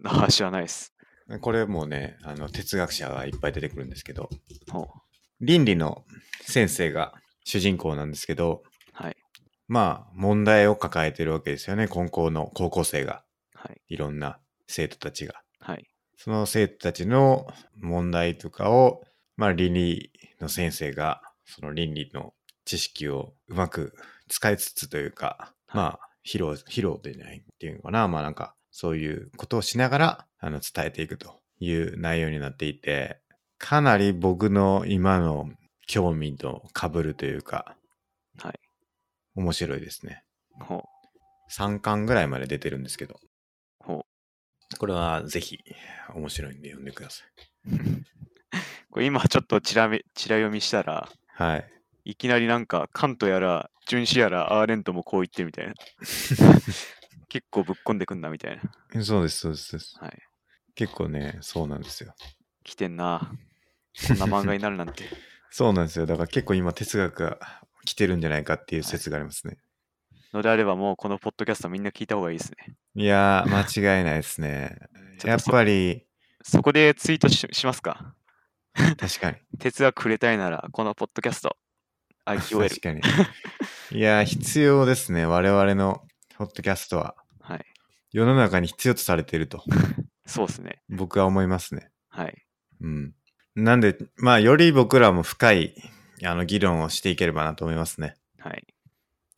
ああ、知らないです。
これもうね、あの、哲学者がいっぱい出てくるんですけど、
ほう
倫理の先生が主人公なんですけど、
はい。
まあ、問題を抱えてるわけですよね、高校の高校生が、
はい。
いろんな生徒たちが。
はい。
その生徒たちの問題とかを、まあ、倫理の先生が、その倫理の知識をうまく使いつつというか、まあ、披露、披露でないっていうのかな、まあなんか、そういうことをしながら、あの、伝えていくという内容になっていて、かなり僕の今の興味と被るというか、
はい。
面白いですね。
ほう。
3巻ぐらいまで出てるんですけど、
ほ
これはぜひ面白いんで読んでください。
う。これ今ちょっとちらめ、ちら読みしたら、
はい。
いきなりなんか、カントやら、ジュンシやら、アーレントもこう言ってみたいな。結構ぶっこんでくんなみたいな。
そうです、そうですそうです。
はい。
結構ね、そうなんですよ。
来てんな。こんな漫画になるなんて。
そうなんですよ。だから結構今哲学が来てるんじゃないかっていう説がありますね。
のであれば、もうこのポッドキャストみんな聞いた方がいいですね。
いやー、間違いないですね。
ちょ
や
っ
っ
とそ
ぱ り、
そこでツイートししますか
確かに。
哲学触れたいなら、このポッドキャスト。IQL
確。かに。いやー、必要ですね。我々のポッドキャストは。
はい。
世の中に必要とされていると、
そうですね。
僕は思いますね。
はい。
うん。なんで、まあ、より僕らも深い、あの、議論をしていければなと思いますね。
はい。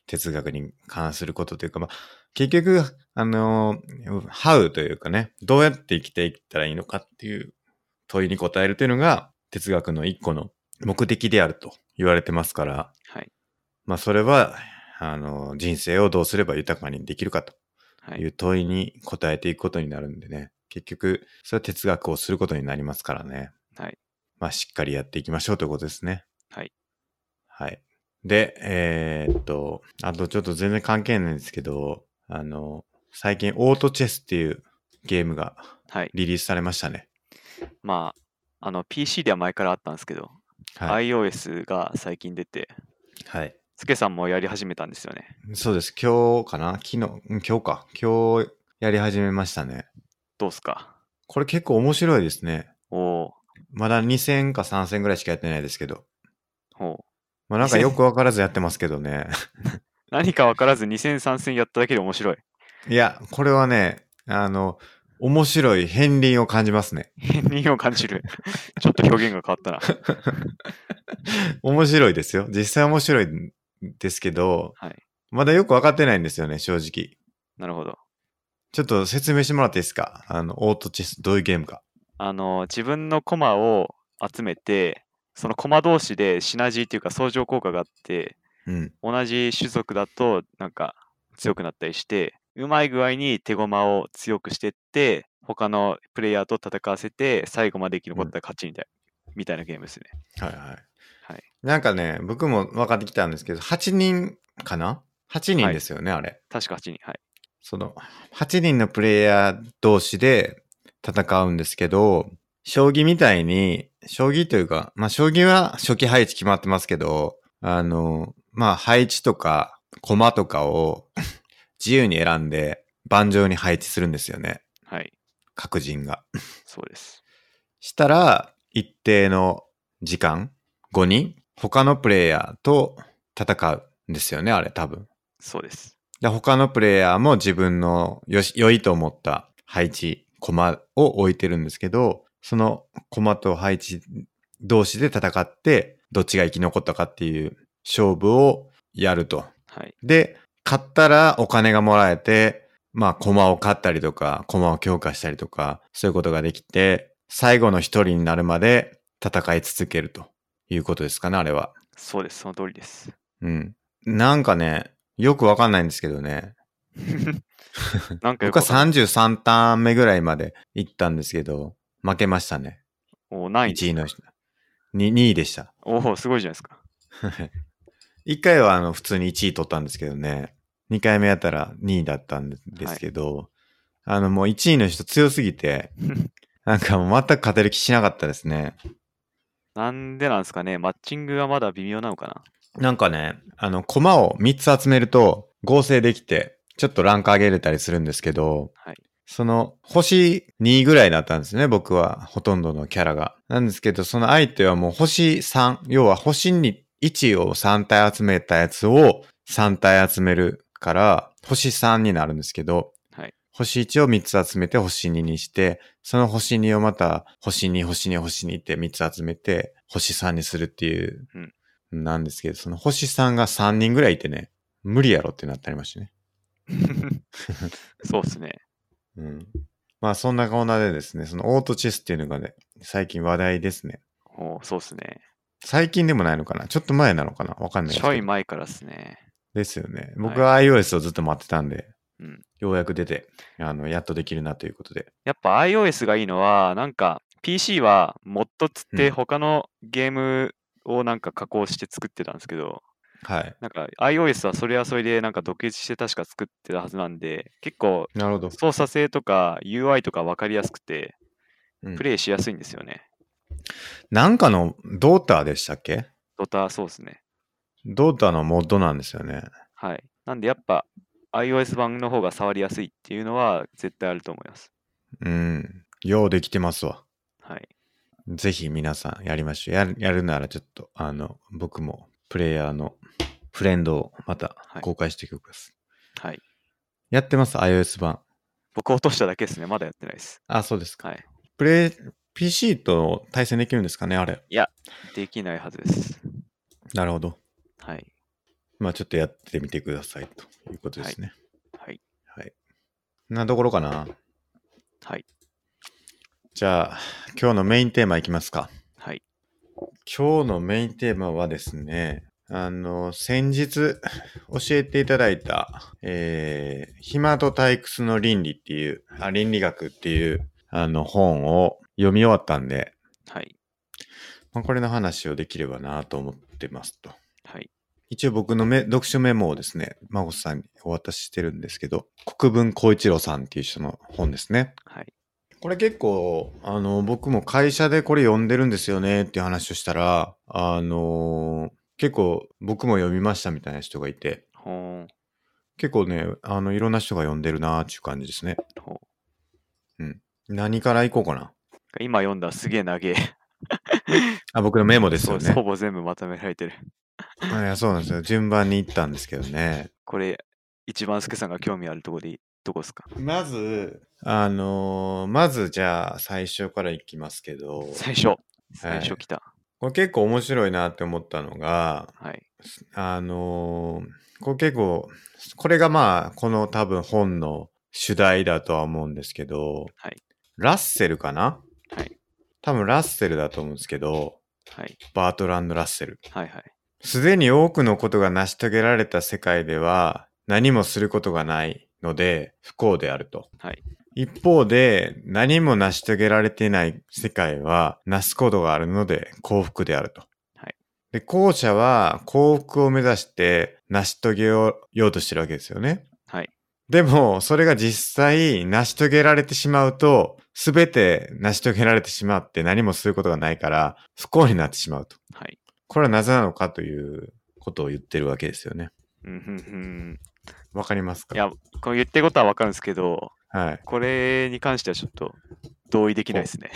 哲学に関することというか、まあ、結局、あのー、how というかね、どうやって生きていったらいいのかっていう問いに答えるというのが、哲学の一個の目的であると言われてますから、
はい。
まあ、それは、あのー、人生をどうすれば豊かにできるかと
はいい。
う問いに答えていくことになるんでね、結局、それは哲学をすることになりますからね。
はい。
まあ、しっかりやっていきましょうということですね。
はい。
はい。で、えーっと、あとちょっと全然関係ないんですけど、あの、最近オートチェスっていうゲームが
はい。
リリースされましたね。
まあ、あの、PC では前からあったんですけど、
はい。
iOS が最近出て、
はい。
スケさんもやり始めたんですよね。
そうです。今日かな昨日、うん今日か。今日やり始めましたね。
どうっすか
これ結構面白いですね。
おお
まだ2000か3000ぐらいしかやってないですけど。
ーほう
まあなんかよくわからずやってますけどね。
何か分からず2戦3戦やっただけで面白い。
いや、これはね、あの、面白い片鱗を感じますね。
変人を感じる。 ちょっと表現が変わったな。
面白いですよ。実際面白いんですけど、
はい
まだよくわかってないんですよね、正直。
なるほど。
ちょっと説明してもらっていいですかあの、オートチェスどういうゲームか。
あの自分のコマを集めてそのコマ同士でシナジーっていうか相乗効果があって
うん。
同じ種族だとなんか強くなったりしてうまい具合に手駒を強くしてって他のプレイヤーと戦わせて最後まで生き残ったら勝ちみたい,、みたいなゲームですね。
はいはい。
はい
なんかね、僕も分かってきたんですけど、8人かな ?8 人ですよね、あれ。
確か8人。はい。
その、8人のプレイヤー同士で戦うんですけど、将棋みたいに、将棋というか、まあ、将棋は初期配置決まってますけど、あの、まあ、配置とか、駒とかを 自由に選んで、盤上に配置するんですよね。
はい。
各陣が。
そうです。
したら、一定の時間後に、他のプレイヤーと戦うんですよね、あれ、多分。
そうです。
で、他のプレイヤーも自分のよし、良いと思った配置、駒を置いてるんですけど、その駒と配置同士で戦って、どっちが生き残ったかっていう勝負をやると。
はい。
で、買ったらお金がもらえて、まあ、駒を買ったりとか、駒を強化したりとか、そういうことができて、最後の一人になるまで戦い続けるということですかね、あれは。
そうです。その通 りです。
うん。なんかね、よくわかんないんですけどね。
なんか
僕
よく
は
わかんない
33ターン目ぐらいまで行ったんですけど、負けましたね。
おない
1位の人。2, 2位でした。
おお、すごいじゃないですか。
1回はあの普通に1位取ったんですけどね。2回目やったら2位だったんですけど、あのもう1位の人強すぎて、なんかもう全く勝てる気しなかったですね。
なんでなんですかね。マッチングがまだ微妙なのかな。
なんかね、あの、駒を3つ集めると合成できて、ちょっとランク上げれたりするんですけど、
はい
その、星2ぐらいだったんですね、僕は、ほとんどのキャラが。なんですけど、その相手はもう星3、要は星に1を3体集めたやつを3体集めるから、星3になるんですけど、
はい
星1を3つ集めて星2にして、その星2をまた星2、星2、星2って3つ集めて、星3にするっていう、なんですけど、その星3が3人ぐらいいてね、無理やろってなってありましたね。
そうですね。
うん。まあそんなコーナーでですね、そのオートチェスっていうのがね、最近話題ですね。
おーそうですね。
最近でもないのかなちょっと前なのかなわかんないで
ち
すけど
ょい前からですね。
ですよね。僕は iOS をずっと待ってたんで、
うん
ようやく出て、あの、やっとできるなということで。
やっぱ iOS がいいのは、なんか PC はモッドつっ
う
て
ん
他のゲームをなんか加工して作ってたんですけど、
はい。
なんか iOS はそれはそれでなんか独立して確か作ってたはずなんで、結構
なるほど。
操作性とか UI とか分かりやすくて、
うん
プレイしやすいんですよね。
なんかのドータでしたっけ
ドタ、そうですね。
ドータのモッドなんですよね。
はい。なんでやっぱ iOS 版の方が触りやすいっていうのは絶対あると思います。
うん。ようできてますわ。
はい。
ぜひ皆さんやりましょう。やるやるならちょっと、あの、僕もプレイヤーのフレンドをまた
はい
公開しておきます。
はい。
やってます ?iOS 版。
僕落としただけですね。まだやってないです。
あ、そうですか。
はい。
プレイ、PC と対戦できるんですかねあれ。
できないはずです。
なるほど。
はい。
まあちょっとやってみてくださいということですね。
はい。
はい。なところかな
はい。
じゃあ、今日のメインテーマいきますか。
はい。
今日のメインテーマはですね、あの、先日教えていただいた、えー、暇と退屈の倫理っていう、あ倫理学っていう、あの、本を読み終わったんで、
はい。
まあ、これの話をできればなと思ってますと。
はい。
一応僕のめ読書メモをですね、孫さんにお渡ししてるんですけど、国分光一郎さんっていう人の本ですね。
はい。
これ結構、あの、僕も会社でこれ読んでるんですよねっていう話をしたら、あの、結構僕も読みましたみたいな人がいて、
ほう
結構ね、あの、いろんな人が読んでるなーっていう感じですね。
ほう
何からいこうかな。
今読んだすげえ長え。
あ、僕のメモですよ
そう
ね
ほ。ぼ全部まとめられてる。
あいやそうなんですよ。順番に行ったんですけどね。
これ、一番すけさんが興味あるとこでいいどこですか
まず、あのーまずじゃあ最初から行きますけど、
最初。最初来た。
これ結構面白いなって思ったのが、
はい。
あのーこれ結構、これがまあ、この多分本の主題だとは思うんですけど、
はい
ラッセルかな
はい
多分ラッセルだと思うんですけど、
はい。
バートランド・ラッセル。
はいはい。
すでに多くのことが成し遂げられた世界では何もすることがないので不幸であると。
はい
一方で何も成し遂げられていない世界は成すことがあるので幸福であると。
はい
で、後者は幸福を目指して成し遂げようとしてるわけですよね。
はい。
でも、それが実際成し遂げられてしまうと、すべて成し遂げられてしまって何もすることがないから不幸になってしまうと。
はい。
これはなぜなのかということを言ってるわけですよね。
うんふんふん。
わかりますか
いや、これ言ってることはわかるんですけど、
はい。
これに関してはちょっと同意できないですね。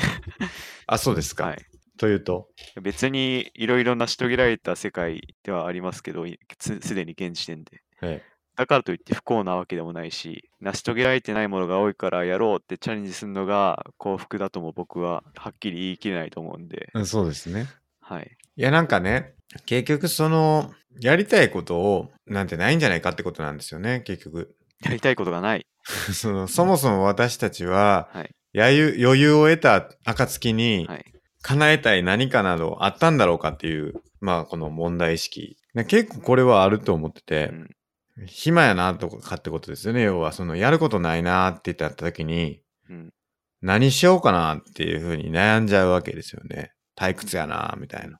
あ、そうですか。
はい。
というと。
別にいろいろ成し遂げられた世界ではありますけど、いすすでに現時点で。
え
だからといって不幸なわけでもないし、成し遂げられてないものが多いからやろうってチャレンジするのが幸福だとも僕ははっきり言い切れないと思うんで、
え、そうですね。
はい。
いや、なんかね、結局その、やりたいことを、なんてないんじゃないかってことなんですよね、結局。
やりたいことがない。
その、そもそも私たちは、
はい
やゆ余裕を得た暁に
は、い。
叶えたい何かなどあったんだろうかっていう、まあ、この問題意識。ね結構これはあると思ってて、
うん
暇やなとかってことですよね。要は、その、やることないなって言った時に、
うん
何しようかなっていうふうに悩んじゃうわけですよね。退屈やなみたいな。
い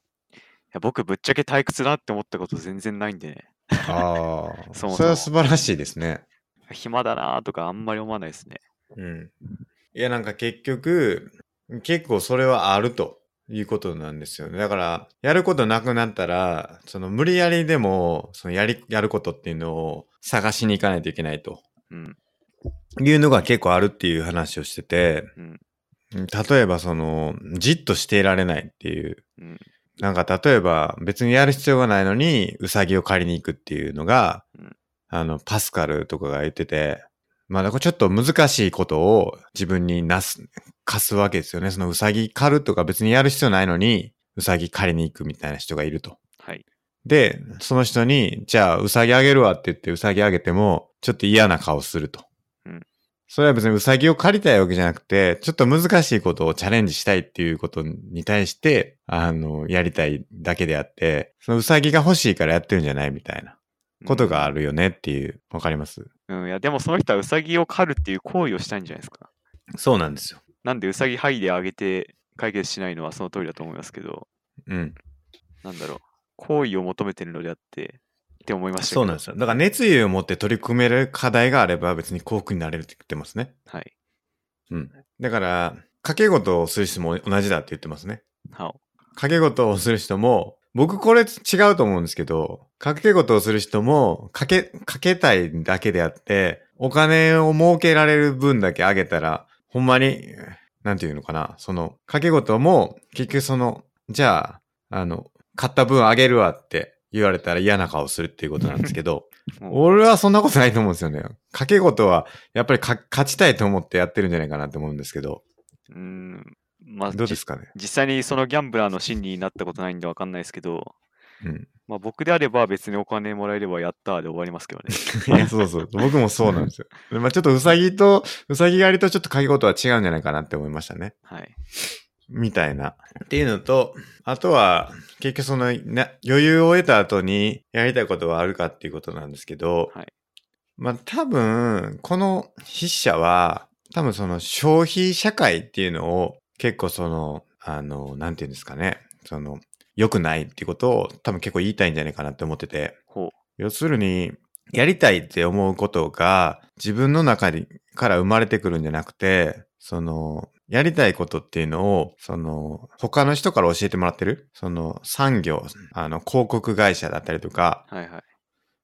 や僕ぶっちゃけ退屈だって思ったこと全然ないんでね、
ああ、
そもそも
それは素晴らしいですね。
暇だなとかあんまり思わないですね。
うん。いや、なんか結局、結構それはあるということなんですよね。だから、やることなくなったら、その無理やりでも、そのやり、やることっていうのを探しに行かないといけないと
うん。
いうのが結構あるっていう話をしてて、
うん。
例えばその、じっとしていられないっていう。
うん。
なんか例えば別にやる必要がないのに、うさぎを借りに行くっていうのが、
うん
あの、パスカルとかが言ってて、まあだからちょっと難しいことを自分になす、貸すわけですよね。そのうさぎ狩るとか別にやる必要ないのに、うさぎ借りに行くみたいな人がいると。
はい。
で、その人に、じゃあ、うさぎあげるわって言って、うさぎあげても、ちょっと嫌な顔すると。
うん
それは別にうさぎを借りたいわけじゃなくて、ちょっと難しいことをチャレンジしたいっていうことに対して、あの、やりたいだけであって、そのうさぎが欲しいからやってるんじゃないみたいなことがあ
る。
るよねっていう、わかります
うん。いや、でもその人はウサギを狩るっていう行為をしたいんじゃないですか。
そうなんですよ。
なんでウサギ剥いであげて解決しないのはその通りだと思いますけど、
うん。
なんだろう。行為を求めてるのであって、って思いましたけど。
そうなんですよ。だから熱意を持って取り組める課題があれば別に幸福になれるって言ってますね。
はい。
うん。だから、掛け事をする人も同じだって言ってますね。
はお。
掛け事をする人も、僕これ違うと思うんですけど、掛け事をする人も、かけ、かけたいだけであって、お金を儲けられる分だけあげたら、ほんまに、なんていうのかな、その、掛け事も、結局その、じゃあ、あの、買った分あげるわって言われたら嫌な顔するっていうことなんですけど、
もう
俺はそんなことないと思うんですよね。掛け事は、やっぱりか勝ちたいと思ってやってるんじゃないかなと思うんですけど、
うーん。まあ、
どうで
じ
すかね。
実際にそのギャンブラーの心理になったことないんでわかんないですけど、
うん。
まあ僕であれば別にお金もらえればやったーで終わります けどね。
いや、そうそう。僕もそうなんですよ。でまあ、ちょっとうさぎと、うさぎ狩りとちょっと書き事は違うんじゃないかなって思いましたね。
はい。
みたいな。っていうのと、あとは、結局そのな、余裕を得た後にやりたいことはあるかっていうことなんですけど、
はい
まあ多分、この筆者は、多分その消費社会っていうのを結構その、あの、なんていうんですかね、その、良くないっていうことを多分結構言いたいんじゃないかなって思ってて、
ほ
要するに、やりたいって思うことが自分の中にから生まれてくるんじゃなくて、その、やりたいことっていうのを、その、他の人から教えてもらってるその、産業、あの、広告会社だったりとか、
はいはい。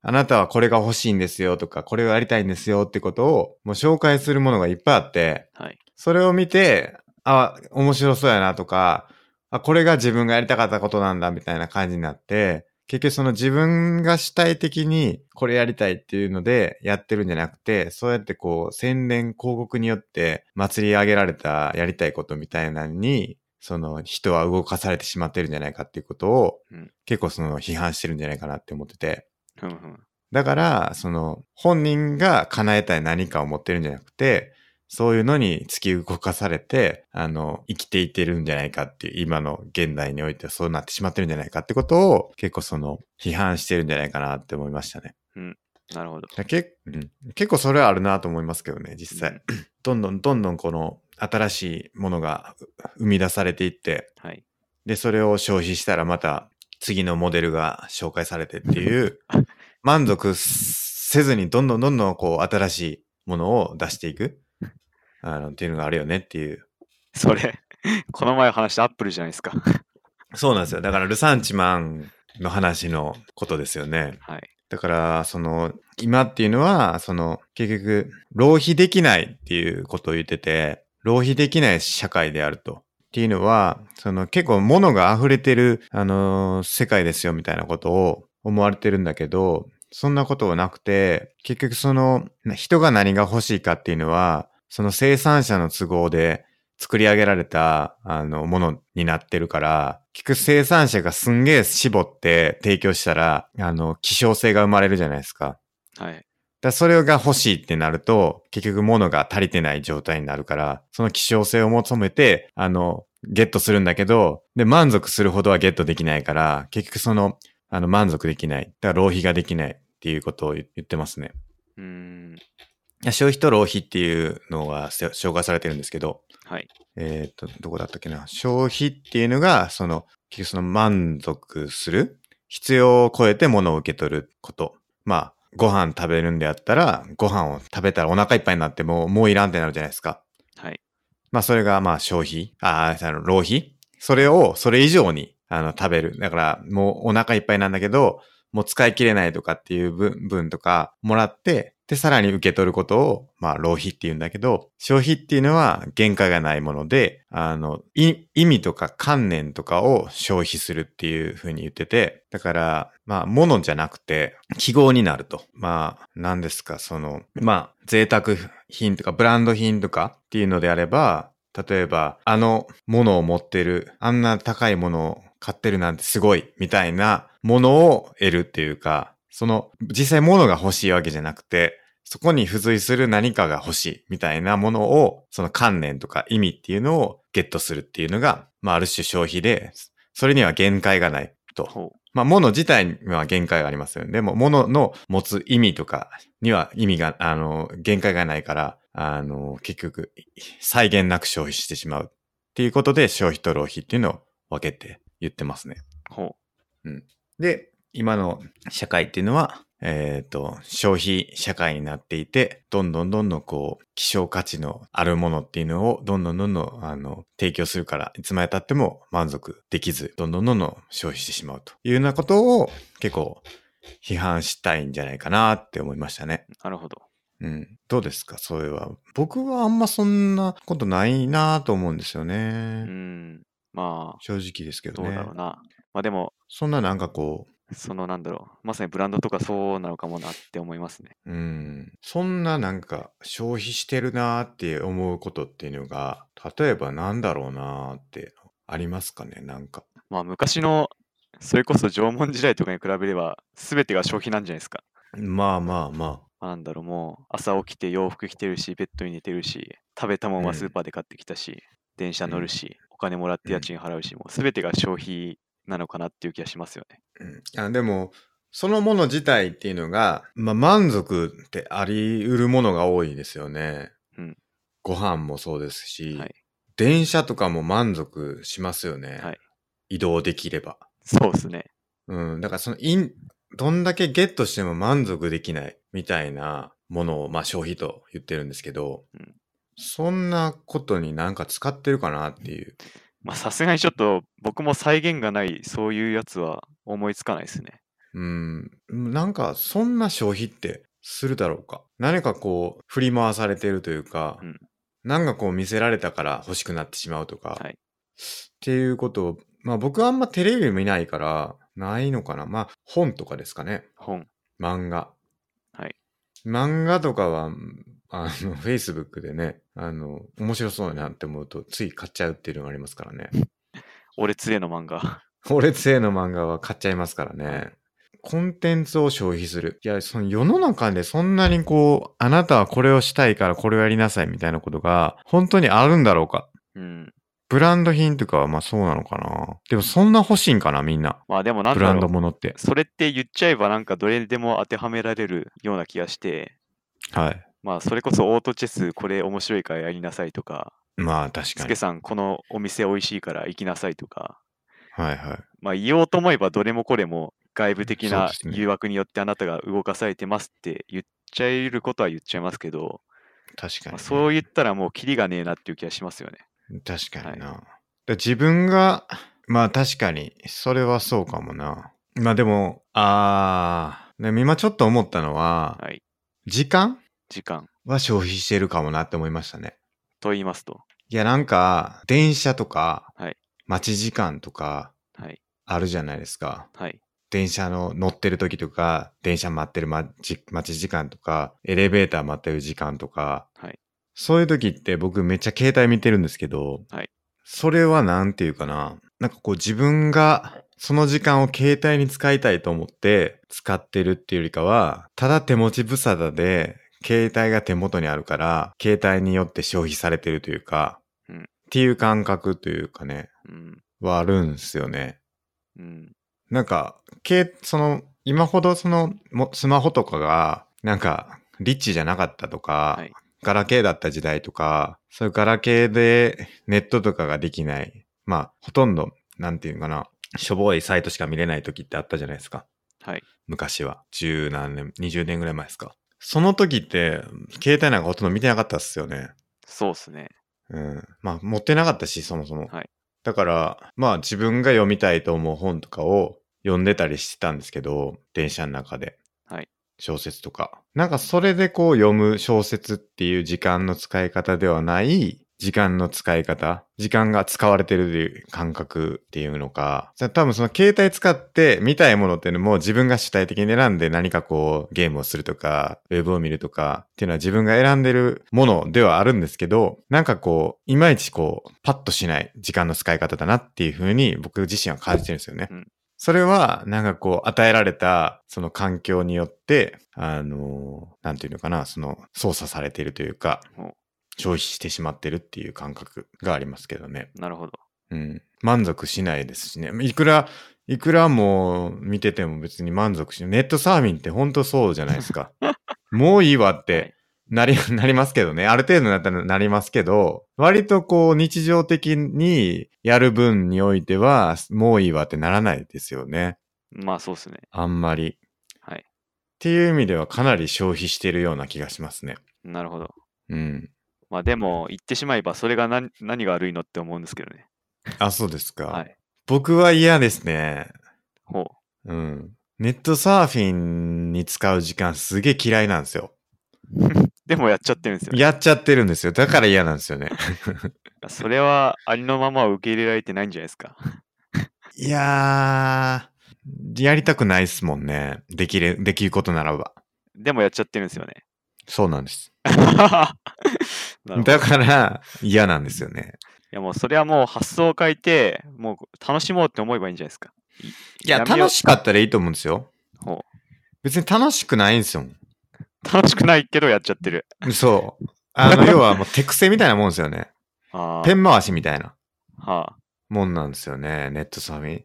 あなたはこれが欲しいんですよとか、これをやりたいんですよってことを、もう紹介するものがいっぱいあって、
はい。
それを見て、あ、面白そうやなとか、あ、これが自分がやりたかったことなんだみたいな感じになって、結局その自分が主体的にこれやりたいっていうのでやってるんじゃなくて、そうやってこう宣伝広告によって祭り上げられたやりたいことみたいなのに、その人は動かされてしまってるんじゃないかっていうことを、
うん
結構その批判してるんじゃないかなって思ってて。
ふんふん。
だから、その、本人が叶えたい何かを持ってるんじゃなくて、そういうのに突き動かされて、あの、生きていてるんじゃないかっていう、今の現代においてはそうなってしまってるんじゃないかってことを、結構その、批判してるんじゃないかなって思いましたね。
なるほど。
だけうん結構それはあるなと思いますけどね、実際。
うん
どんどんどんどんこの、新しいものがう生み出されていって、
はい。
で、それを消費したらまた次のモデルが紹介されてっていう、満足せずにどんどんどんどんこう新しいものを出していく。あの、っていうのがあるよねっていう。
それ、 この前話したアップルじゃないですか。
そうなんですよ。だからルサンチマンの話のことですよね。
はい。
だから、その、今っていうのは、その、結局、浪費できないっていうことを言ってて、浪費できない社会であると。っていうのは、その結構物が溢れてる、あのー世界ですよみたいなことを思われてるんだけど、そんなことはなくて、結局その、人が何が欲しいかっていうのは、その生産者の都合で作り上げられた、あの、ものになってるから、結局生産者がすんげえ絞って提供したら、あの、希少性が生まれるじゃないですか。
はい。
だからそれが欲しいってなると、結局物が足りてない状態になるから、その希少性を求めて、あの、ゲットするんだけど、で、満足するほどはゲットできないから、結局その、あの、満足できない。だから浪費ができないっていうことを言言ってますね。
うーん。
いや消費と浪費っていうのがせ紹介されてるんですけど、
はい。
えっ、と、どこだったっけな。消費っていうのが、その、結局その満足する。必要を超えて物を受け取ること。まあ、ご飯食べるんであったら、ご飯を食べたらお腹いっぱいになってもう、もういらんってなるじゃないですか。
はい。
まあ、それがまあ消費。ああ、あの、浪費。それを、それ以上に、あの、食べる。だから、もうお腹いっぱいなんだけど、もう使い切れないとかっていう分分とかもらって、で、さらに受け取ることを、まあ、浪費っていうんだけど、消費っていうのは限界がないもので、あの、い意味とか観念とかを消費するっていうふうに言ってて、だから、まあ、ものじゃなくて、記号になると。まあ、何ですか、その、まあ、贅沢品とか、ブランド品とかっていうのであれば、例えば、あのものを持ってる、あんな高いものを買ってるなんてすごい、みたいなものを得るっていうか、その、実際ものが欲しいわけじゃなくて、そこに付随する何かが欲しいみたいなものを、その観念とか意味っていうのをゲットするっていうのが、まあある種消費で、それには限界がないと。
ほう。
まあ、物自体には限界がありますよね。でも、物の持つ意味とかには意味が、あの、限界がないから、あの、結局、再現なく消費してしまう。っていうことで、消費と浪費っていうのを分けて言ってますね。
ほ
で、今の社会っていうのは、えっ、と、消費社会になっていて、どんどんどんどんこう、希少価値のあるものっていうのを、どんどんどんどん、あの、提供するから、いつまで経っても満足できず、どんどんどんどん消費してしまうというようなことを、結構、批判したいんじゃないかなって思いましたね
う。。なるほど。
うん。どうですかそれは。僕はあんまそんなことないなと思うんですよね
う。ーん。ま
正直ですけ
あ、ど
ど
う
ね。
だろうな。まあでも、
そんななんかこう、
そのなんだろう。まさにブランドとかそうなのかもなって思いますね。
うん、そんななんか消費してるなーって思うことっていうのが例えばなんだろうなーってありますかねなんか
まあ昔の、それこそ縄文時代とかに比べれば、全てが消費なんじゃないですか。
まあまあま
まあ、なんだろう、もう朝起きて洋服着てるし、ベッドに寝てるし、食べたもん
う
は
ん
スーパーで買ってきたし、電車乗
うん
るし、お金もらっ
うん
て家賃払うし、もう全てが消費なのかなっていう気がしますよね。
あ,、うん、あでもそのもの自体っていうのが、まあ、満足ってあり得るものが多いですよね、
うん
ご飯もそうですし、
はい
電車とかも満足しますよね、
はい
移動できれば
そうですね。
うん、だからそのイン、どんだけゲットしても満足できないみたいなものを、まあ消費と言ってるんですけど、
うん
そんなことになんか使ってるかなっていう。
まあさすがにちょっと僕も再現がないそういうやつは思いつかないですね。
うん。なんか、そんな消費ってするだろうか。何かこう、振り回されてるというか、
うん
なんかこう見せられたから欲しくなってしまうとか、
はい
っていうことを、まあ僕はあんまテレビ見ないから、ないのかな。まあ本とかですかね。
本。
漫画。
はい。
漫画とかは、あの、Facebook でね、あの、面白そうだなって思うと、つい買っちゃうっていうのがありますからね。
俺つれの漫画。
俺性の漫画は買っちゃいますからね。コンテンツを消費する。いや、その世の中でそんなにこう、あなたはこれをしたいからこれをやりなさいみたいなことが、本当にあるんだろうか。
うん。
ブランド品とかはまあそうなのかな。でもそんな欲しいんかな、みんな。
まあでもなん
ブ
だ
ラ
ろ
ンド
う。
ものって。
それって言っちゃえばなんかどれでも当てはめられるような気がして、
はい。
まあそれこそオートチェスこれ面白いからやりなさいとか、
まあ確
ス
か
ケ
に。
さんこのお店美味しいから行きなさいとか、
はいはい。
まあ言おうと思えばどれもこれも外部的
そう
な
ですね
誘惑によってあなたが動かされてますって言っちゃえることは言っちゃいますけど、
確かに、
まあ、そう言ったらもうキリがねえなっていう気がしますよね。
確かにな。で自分が、まあ確かに、それはそうかもな。まあでも、あー、ね、今ちょっと思ったのは、
はい。
時間
時間
は消費してるかもなって思いましたね。
と言いますと、
いや、なんか、電車とか、
はい
待ち時間とか、
はい。
あるじゃないですか。
はい。
電車の乗ってる時とか、電車待ってる待ち待ち時間とか、エレベーター待ってる時間とか、
はい
そういう時って僕めっちゃ携帯見てるんですけど、
はい
それはなんていうかな、なんかこう自分がその時間を携帯に使いたいと思って使ってるっていうよりかは、ただ手持ち無沙汰で、携帯が手元にあるから、携帯によって消費されてるというか、
うん
っていう感覚というかね、
うん。
はあるんですよね。
うん。
なんか、けその、今ほどその、もスマホとかが、なんか、リッチじゃなかったとか、
はい
ガラケーだった時代とか、そういうガラケーでネットとかができない、まあ、ほとんど、なんていうのかな、しょぼいサイトしか見れない時ってあったじゃないですか。
はい。
昔は。十何年、二十年ぐらい前ですか。その時って、携帯なんかほとんど見てなかったっすよね。
そうっすね。
うん。まあ、持ってなかったし、そもそも。
はい
だから、まあ、自分が読みたいと思う本とかを読んでたりしてたんですけど、電車の中で。
はい
小説とか。なんか、それでこう、読む小説っていう時間の使い方ではない、時間の使い方、時間が使われてるという感覚っていうのか、じゃあ多分その携帯使って見たいものっていうのも自分が主体的に選んで何かこうゲームをするとか、ウェブを見るとかっていうのは自分が選んでるものではあるんですけど、なんかこう、いまいちこう、パッとしない時間の使い方だなっていうふうに僕自身は感じてるんですよね。
うん
それは、なんかこう、与えられた、その環境によって、あのなんていうのかな、その、操作されているというか
お、
消費してしまってるっていう感覚がありますけどね。
なるほど。
うん。満足しないですしね。いくら、いくらもう見てても別に満足しない。ネットサーフィンって本当そうじゃないです か。もういいわっ
はい
てなり、 なりますけどね。ある程度になったらなりますけど、割とこう日常的にやる分においては、もういいわってならないですよね。
まあそうっすね。
あんまり。
は
っ
い
ていう意味ではかなり消費してるような気がしますね。
なるほど。
うん。
まあでも、言ってしまえばそれが何何が悪いのって思うんですけどね。
あ、そうですか。
はい。
僕は嫌ですね。
ほう。
うん。ネットサーフィンに使う時間すげえ嫌いなんですよ。
でもやっちゃってるんですよね。
やっちゃってるんですよ。だから嫌なんですよね。
それはありのままを受け入れられてないんじゃないですか。
いやー、やりたくないっすもんね。できれ、できることならば。
でもやっちゃってるんですよね。
そうなんです。
なるほど。い
だから嫌なんですよね。
やもうそれはもう発想を変えて、もう楽しもうって思えばいいんじゃないですか。
いや、
やめよう
楽しかったらいいと思うんですよ
ほ。
別に楽しくないんです よ。
楽しくないけどやっちゃってる。
そう。あの、要はもう手癖みたいなもんですよね。
ああ
ペ。ン回しみたいな
はあ。
もんなんですよね。ネットサーフィン。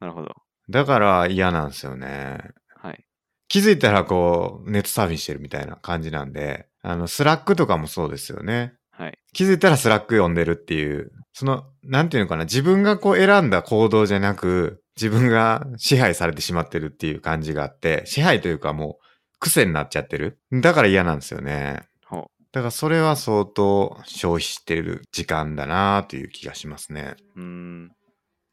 なるほど。
だから嫌なんですよね。
はい。
気づいたらこう、ネットサーフィンしてるみたいな感じなんで、あの、スラックとかもそうですよね。
はい。
気づいたらスラック読んでるっていう、その、なんていうのかな、自分がこう選んだ行動じゃなく、自分が支配されてしまってるっていう感じがあって、支配というかもう、癖になっちゃってる。だから嫌なんですよね。
ほ
だからそれは相当消費してる時間だなという気がしますね。
うーん。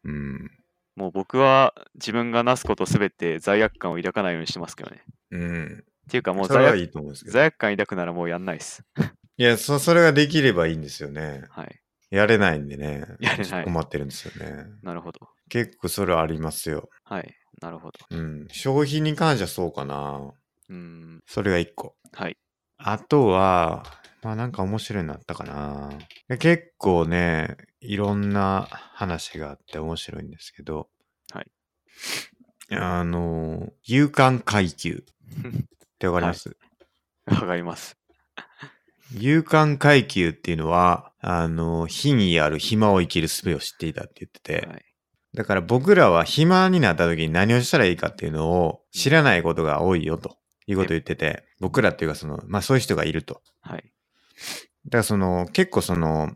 うん。
もう僕は自分がなすことすべて罪悪感を抱かないようにしてますけどね。
うん。
っていうかもう
それ
罪
はい
悪
いと思うんですけど。
罪悪感抱くならもうやんないです。
いやそ、それができればいいんですよね。
はい。
やれないんでね。
やれ
ちょ
な
っと
い。
困ってるんですよね。
なるほど。
結構それはありますよ。
はい。なるほど。
うん。消費に関してはそうかな。
うーん。
それが一個。
はい。
あとは、まあなんか面白いのあったかな。で結構ね、いろんな話があって面白いんですけど。
はい。
あの、有感階級ってわかります、
わかります。
有感階級っていうのは、あの、火にある暇を生きる術を知っていたって言ってて、
はい。
だから僕らは暇になった時に何をしたらいいかっていうのを知らないことが多いよということを言ってて、僕らっていうかその、まあそういう人がいると。
はい。
だからその、結構その、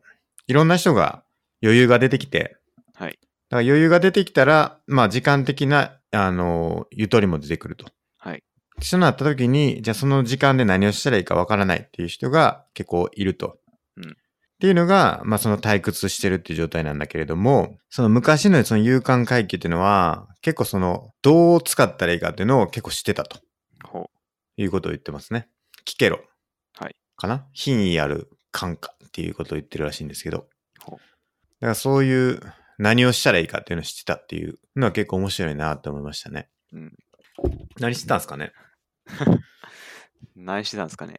いろんな人が余裕が出てきて、
はい。
だから余裕が出てきたら、まあ時間的な、あの、ゆとりも出てくると。
はい。
そうなった時に、じゃあその時間で何をしたらいいかわからないっていう人が結構いると。
うん
っていうのが、まあその退屈してるっていう状態なんだけれども、その昔のその有感階級っていうのは、結構その、どう使ったらいいかっていうのを結構知ってたと
ほ
いうことを言ってますね。聞けろ。
はい
かな品位ある感化っていうことを言ってるらしいんですけど。
ほ
だ
う
からそういう何をしたらいいかっていうのを知ってたっていうのは結構面白いなと思いましたね。
うん
何してたんですかね
う。何してたんですかね。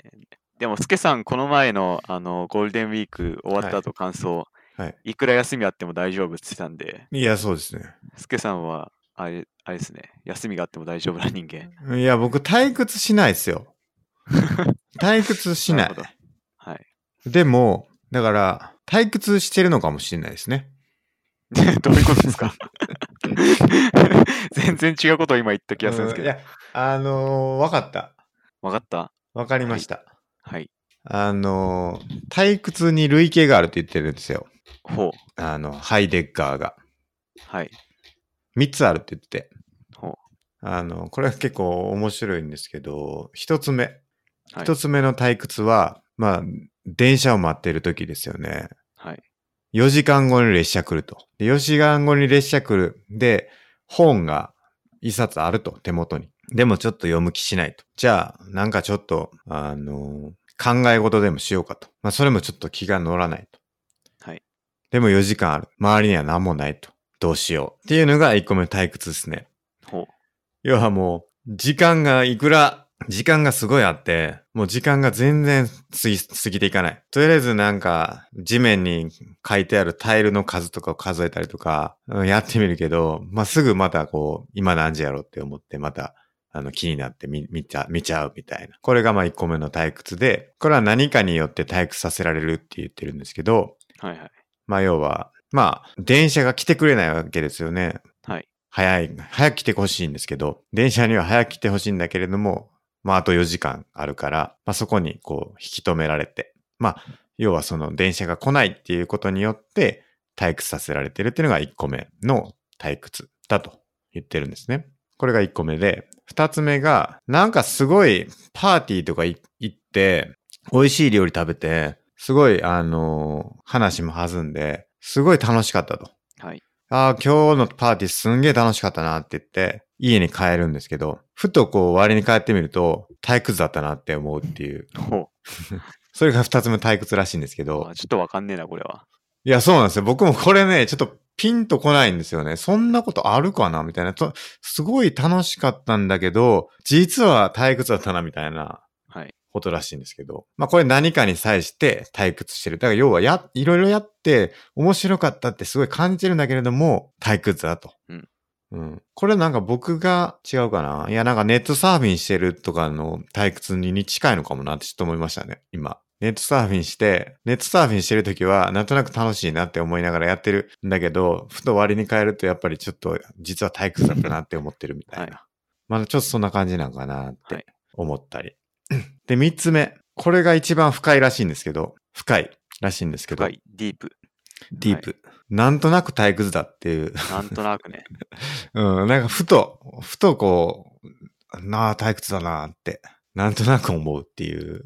でも、スケさん、この前のあのゴールデンウィーク終わった後感想、
はい
いくら休みあっても大丈夫って言ってたんで、
いや、そうですね。
スケさんは、あれ、あれですね、休みがあっても大丈夫な人間。
いや、僕、退屈しないです よ。退屈しな
なるほど
い。
はい。
でも、だから、退屈してるのかもしれないですね。
どういうことですか 全然違うことを今言った気がするんですけ
うんい
ど。
や、あのーわかった。
わかった
わかりました。
はい。
あのー退屈に類型があるって言ってるんですよ。
ほう。
あの、ハイデッガーが。
はい。
3つあるって言ってて。
ほう。
あの、これは結構面白いんですけど、1つ目。
はい
1つ目の退屈は、まあ、電車を待ってる時ですよね。
はい。
4時間後に列車来ると。で、4時間後に列車来る。で、本が一冊あると、手元に。でもちょっと読む気しないと。じゃあ、なんかちょっと、あのー考え事でもしようかと。まあ、それもちょっと気が乗らないと。
はい。
でも4時間ある。周りには何もないと。どうしよう。っていうのが1個目の退屈ですね。
ほう。
要はもう、時間がいくら、時間がすごいあって、もう時間が全然つい過ぎていかない。とりあえずなんか、地面に書いてあるタイルの数とかを数えたりとか、うんやってみるけど、まあ、すぐまたこう、今何時やろうって思って、また、あの、気になって見、見ちゃ、見ちゃうみたいな。これがまあ1個目の退屈で、これは何かによって退屈させられるって言ってるんですけど、
はいはい。
まあ要は、まあ、電車が来てくれないわけですよね。
はい。
早い、早く来てほしいんですけど、電車には早く来てほしいんだけれども、まああと4時間あるから、まあそこにこう引き止められて、まあ、要はその電車が来ないっていうことによって退屈させられてるっていうのが1個目の退屈だと言ってるんですね。これが1個目で、2つ目が、なんかすごいパーティーとかい行って、美味しい料理食べて、すごい、あのー話も弾んで、すごい楽しかったと。
はい。
ああ、今日のパーティーすんげえ楽しかったなって言って、家に帰るんですけど、ふとこう割に帰ってみると、退屈だったなって思うっていう。
ほ
それが二つ目の退屈らしいんですけ
う。
ど
あ、ちょっとわかんねえな、これは。
いや、そうなんですよ。僕もこれね、ちょっとピンとこないんですよね。そんなことあるかなみたいな。とすごい楽しかったんだけど、実は退屈だったなみたいな
はい。
ことらしいんですけど。まあこれ何かに際して退屈してる。だから要はや、いろいろやって面白かったってすごい感じてるんだけれども、退屈だと。
うん。
うん。これなんか僕が違うかな。いやなんかネットサーフィンしてるとかの退屈にに近いのかもなってちょっと思いましたね、今。ネットサーフィンして、ネットサーフィンしてるときは、なんとなく楽しいなって思いながらやってるんだけど、ふと割に変えるとやっぱりちょっと、実は退屈だったなって思ってるみたいな。
はい
まだちょっとそんな感じなんかなっ
は
て
い
思ったり。で、三つ目。これが一番深いらしいんですけど、深いらしいんですけど、
はい。ディープ。
ディープ。なんとなく退屈だっていう。
なんとなく ね。
うん、なんかふと、ふとこう、なあ、退屈だなあって、なんとなく思うっていう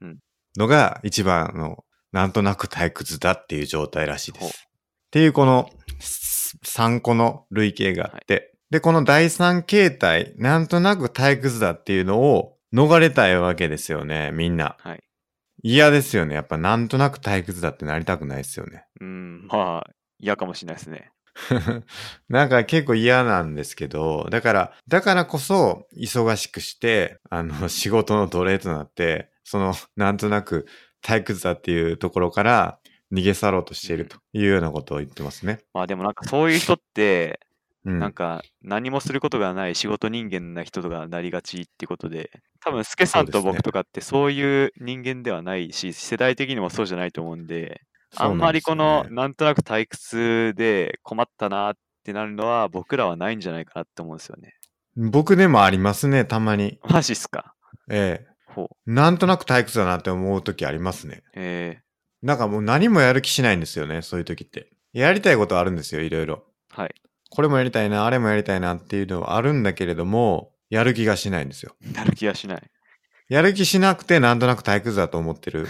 うん
のが一番の、なんとなく退屈だっていう状態らしいで
ほう
す。っていうこの3個の類型があって、で、この第3形態、なんとなく退屈だっていうのを逃れたいわけですよね、みんな。
はい。
嫌ですよね。やっぱなんとなく退屈だってなりたくないですよね。
うん、まあ、嫌かもしれないですね。
なんか結構嫌なんですけど、だから、だからこそ忙しくして、あの、仕事の奴隷となって、その、なんとなく退屈だっていうところから逃げ去ろうとしているというようなことを言ってますね。
まあでもなんかそういう人って、
うん。
なんか何もすることがない仕事人間な人とかなりがちってことで、多分、スケさん
そ
と
うですね
僕とかってそういう人間ではないし、世代的にもそうじゃないと思うんで、あ
そうんな
ま
で
り
すよ
こ
ね
のなんとなく退屈で困ったなってなるのは僕らはないんじゃないかなって思うんですよね。
僕でもありますね、たまに。
マジっすか
ええ
ほう。
なんとなく退屈だなって思う時ありますね。
え
なんかもう何もやる気しないんですよね、そういう時って。やりたいことあるんですよ、いろいろ。
ー、はい。
これもやりたいな、あれもやりたいなっていうのはあるんだけれども、やる気がしないんですよ。
なる気がしない。
やる気しなくてなんとなく退屈だと思って る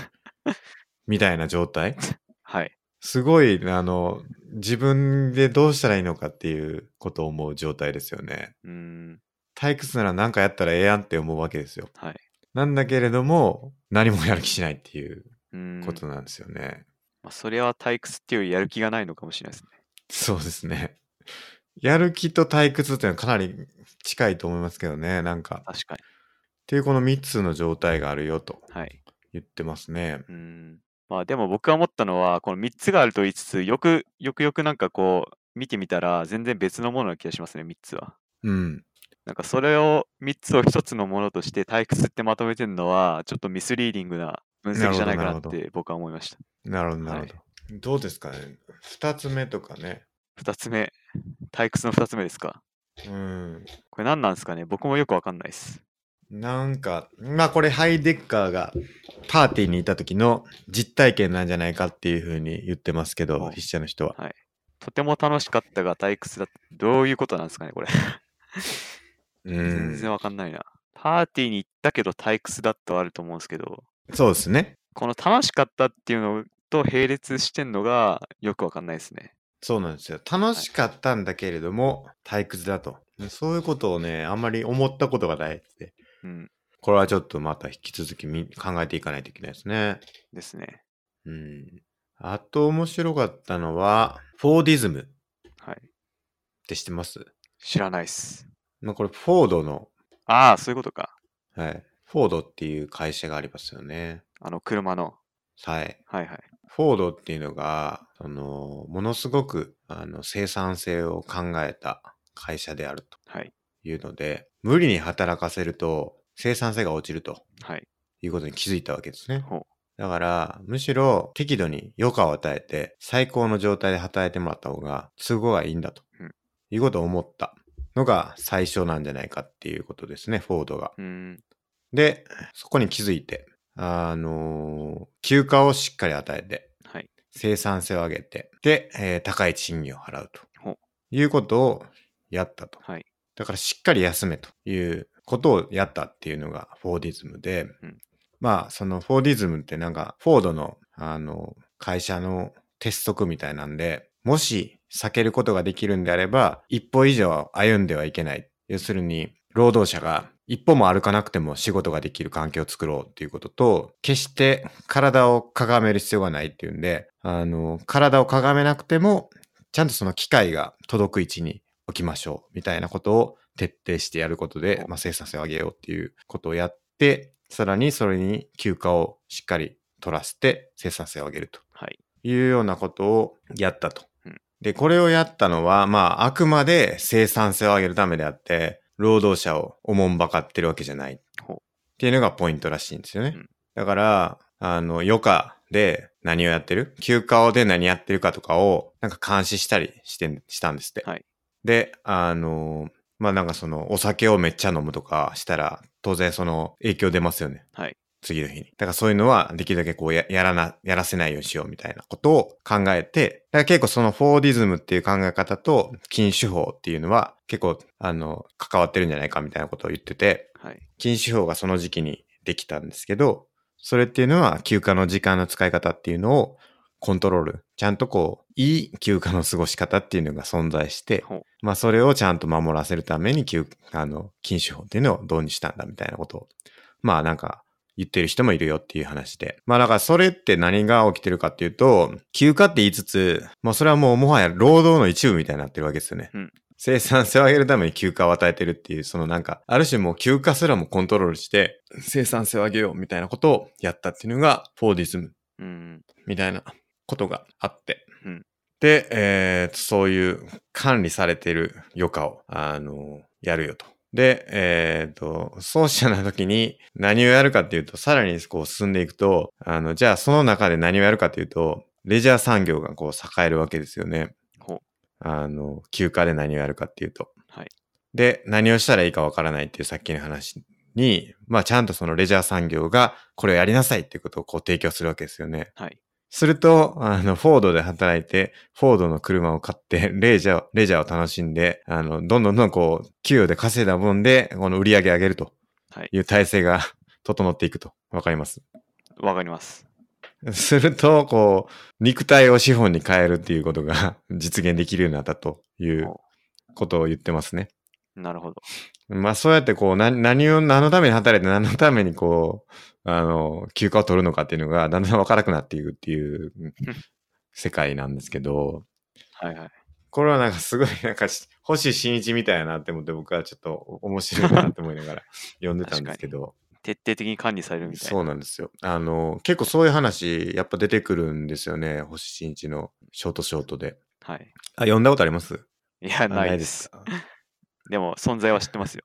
みたいな状態。
はい。
すごい、あの、自分でどうしたらいいのかっていうことを思う状態ですよね。
うーん。
退屈なら何かやったらええやんって思うわけですよ。
はい。
なんだけれども、何もやる気しないっていう
うーん。
ことなんですよね。
まあ、それは退屈っていうよりやる気がないのかもしれないですね。
そうですね。やる気と退屈っていうのはかなり近いと思いますけどね、なんか。
確かに。
っていうこの3つの状態があるよと
はい。
言ってますね。
うーん。まあでも僕が思ったのは、この3つがあると言いつつ、よくよくよくなんかこう、見てみたら全然別のものな気がしますね、3つは。
うん。
なんかそれを3つを1つのものとして退屈ってまとめてるのは、ちょっとミスリーディングな分析じゃないか
なる
な
ほ
っ
ど
て僕は思いました。
なるほど、なるほど。どうですかね ?2 つ目とかね。
2つ目、退屈の2つ目ですか。
うん。
これ何なんですかね僕もよくわかんないです。
なんか、まあこれハイデッカーがパーティーにいた時の実体験なんじゃないかっていうふうに言ってますけ
は
ど、
い
筆者の人は。
とても楽しかったが退屈だった。どういうことなんですかねこれ。
う
全
ん。
然わかんないな。パーティーに行ったけど退屈だったはあると思うんですけど、
そうですね。
この楽しかったっていうのと並列してんのがよくわかんないですね。
そうなんですよ。楽しかったんだけれども、退屈だと。そういうことをね、あんまり思ったことがないって。
うん。
これはちょっとまた引き続きみ考えていかないといけないですね。
ですね。
うん。あと面白かったのは、フォーディズムっ
はい。
て知ってます
知らないっす。
まあこれフォードの、
ああ、そういうことか。
はい。フォードっていう会社がありますよね。
あの、車の。
はい。
はいはい。
フォードっていうのが、その、ものすごく、あの、生産性を考えた会社であると
はい。
いうので、無理に働かせると、生産性が落ちると
はい。
いうことに気づいたわけですね。
ほう。
だから、むしろ適度に余暇を与えて、最高の状態で働いてもらった方が、都合がいいんだと、
うん
いうことを思ったのが最初なんじゃないかっていうことですね、フォードが。
うーん。
で、そこに気づいて、あのー休暇をしっかり与えて、
はい。
生産性を上げて、で、えー高い賃金を払う
ほう
ということをやったと。
はい。
だからしっかり休めということをやったっていうのがフォーディズムで、
うん
まあそのフォーディズムってなんかフォードのあの会社の鉄則みたいなんで、もし避けることができるんであれば、一歩以上歩んではいけない。要するに、労働者が一歩も歩かなくても仕事ができる環境を作ろうっていうことと、決して体をかがめる必要がないっていうんで、あの、体をかがめなくてもちゃんとその機械が届く位置に置きましょうみたいなことを徹底してやることで
お、
まあ、生産性を上げようっていうことをやって、さらにそれに休暇をしっかり取らせて生産性を上げると
はい。
いうようなことをやったと。
うん
で、これをやったのは、まあ、あくまで生産性を上げるためであって、労働者をおもんばかってるわけじゃない。っ
ほう
ていうのがポイントらしいんですよね。
うん
だから、あの、余暇で何をやってる休暇で何やってるかとかを、なんか監視したりして、したんですって。
はい
で、あの、まあ、なんかその、お酒をめっちゃ飲むとかしたら、当然その、影響出ますよね。
はい。
次の日に。だからそういうのはできるだけこうややらな、やらせないようにしようみたいなことを考えて、だから結構そのフォーディズムっていう考え方と禁酒法っていうのは結構あの、関わってるんじゃないかみたいなことを言ってて、
はい。
禁酒法がその時期にできたんですけど、それっていうのは休暇の時間の使い方っていうのをコントロール。ちゃんとこう、いい休暇の過ごし方っていうのが存在して
ほう、
まあそれをちゃんと守らせるために休、あの、禁酒法っていうのを導入したんだみたいなことを、まあなんか言ってる人もいるよっていう話で。まあだからそれって何が起きてるかっていうと、休暇って言いつつ、まあそれはもうもはや労働の一部みたいになってるわけですよね。
うん
生産性を上げるために休暇を与えてるっていう、そのなんか、ある種もう休暇すらもコントロールして、生産性を上げようみたいなことをやったっていうのが、フォーディズム
うん。
みたいなことがあって。
うん
で、えーそういう管理されてる余暇を、あのやるよと。で、えっ、と、そうしたな時に何をやるかっていうと、さらにこう進んでいくと、あの、じゃあその中で何をやるかっていうと、レジャー産業がこう栄えるわけですよね。
ほう
あの、休暇で何をやるかっていうと。
はい
で、何をしたらいいかわからないっていうさっきの話に、まあちゃんとそのレジャー産業がこれをやりなさいっていうことをこう提供するわけですよね。
はい。
すると、あの、フォードで働いて、フォードの車を買って、 レジャー、レジャーを楽しんで、あの、どんどんどんこう、給与で稼いだ分で、この売り上げ上げると
はい
いう体制が 整っていくと。わかります。
わかります。
すると、こう、肉体を資本に変えるっていうことが 実現できるようになったということを言ってますね。
なるほど。
まあそうやってこう、な何を、何のために働いて、何のためにこう、あの、休暇を取るのかっていうのが、だんだんわからなくなっていくっていううん世界なんですけど、
はいはい。
これはなんかすごい、なんかし、星新一みたいやなって思って、僕はちょっと面白いなって思いな がら読んでたんですけど、
徹底的に管理されるみたいな。
そうなんですよ。あの、結構そういう話、やっぱ出てくるんですよね、星新一のショートショートで。
はい。
あ、読んだことあります
いや、
あ
ないです。
か。
でも、存在は知ってますよ。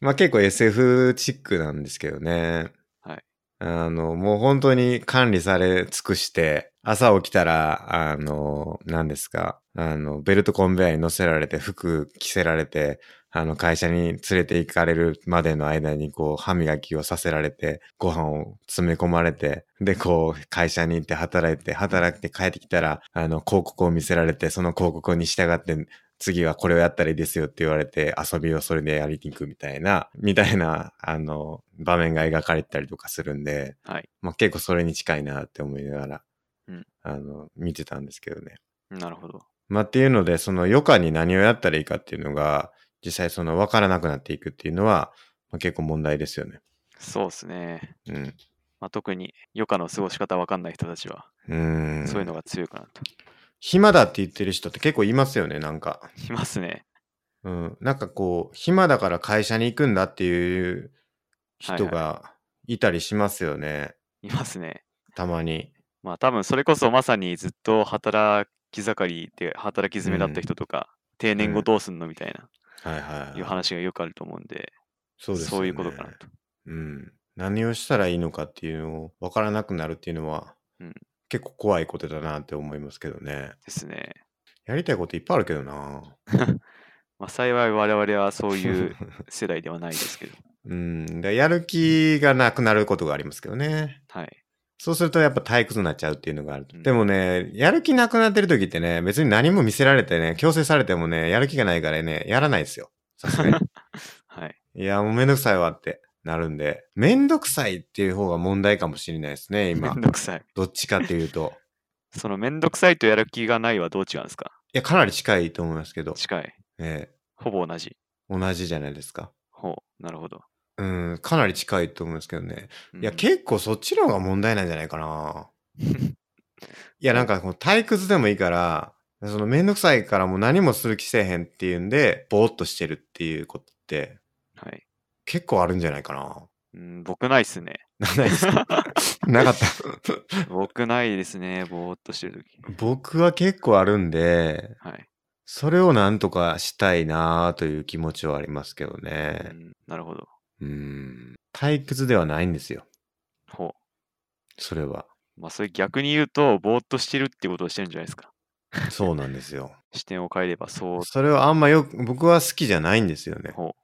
まあ結構 SF チックなんですけどね。
はい。
あの、もう本当に管理され尽くして、朝起きたら、あの、何ですか、あの、ベルトコンベヤーに乗せられて、服着せられて、あの、会社に連れて行かれるまでの間に、こう、歯磨きをさせられて、ご飯を詰め込まれて、で、こう、会社に行って働いて、働いて帰ってきたら、あの、広告を見せられて、その広告に従って次はこれをやったらいいですよって言われて遊びをそれでやりに行くみたいな、みたいな、あの、場面が描かれてたりとかするんで、
はい。
まあ、結構それに近いなって思いながら、
うん
あの、見てたんですけどね。
なるほど。
まあ、っていうので、その余暇に何をやったらいいかっていうのが、実際その分からなくなっていくっていうのは、まあ、結構問題ですよね。
そうですね。
うん。
まあ、特に余暇の過ごし方わかんない人たちは、
うーん。
そういうのが強いかなと。
暇だって言ってる人って結構いますよね、なんか。
いますね。
うん、なんかこう、暇だから会社に行くんだっていう人
はい
がいたりしますよね。
いますね。
たまに。
まあ、多分それこそまさにずっと働き盛りで働き詰めだった人とか、定年後どうすんのみたいな、
はいはい。
いう話がよくあると思うんで、
そうですよね
そういうことかなと。
うん。何をしたらいいのかっていうのを分からなくなるっていうのは、
うん
結構怖いことだなって思いますけどね。
ですね。
やりたいこといっぱいあるけどな。
まあ、幸い我々はそういう世代ではないですけど、
うん。でやる気がなくなることがありますけどね。
はい。
そうするとやっぱ退屈になっちゃうっていうのがある。
うん
でもね、やる気なくなってる時ってね、別に何も見せられてね、強制されてもね、やる気がないからね、やらないですよ。さすがに。
はい。
いや、もうめんどくさいわってなるんで。めんどくさいっていう方が問題かもしれないですね、
め
今
ん。どくさい。
どっちかっていうと。
そのめんどくさいとやる気がないはどう違うんですか
いや、かなり近いと思いますけど、
近い。
え
ほぼ同じ。
え同じじゃないですか。
ほう。なるほど。
うん、かなり近いと思うんですけどね。いや、
うん
結構そっちの方が問題なんじゃないか な。いや、なんかこう退屈でもいいから、そのめんどくさいからもう何もする気せえへんっていうんで、ぼーっとしてるっていうことって
はい。
結構あるんじゃないかな。
うん、僕ないっすね。
なないです かなかった。
僕ないですね。ぼーっとしてるとき。
僕は結構あるんで、
はい、
それをなんとかしたいなという気持ちはありますけど
う
ね。
ん。なるほど。
うん。退屈ではないんですよ。
ほ
それは。
う。まあ、それ逆に言うと、ぼーっとしてるってことをしてるんじゃないですか。
そうなんです よ。
視点を変えれば、そう。
それはあんまよく、僕は好きじゃないんですよね。
ほ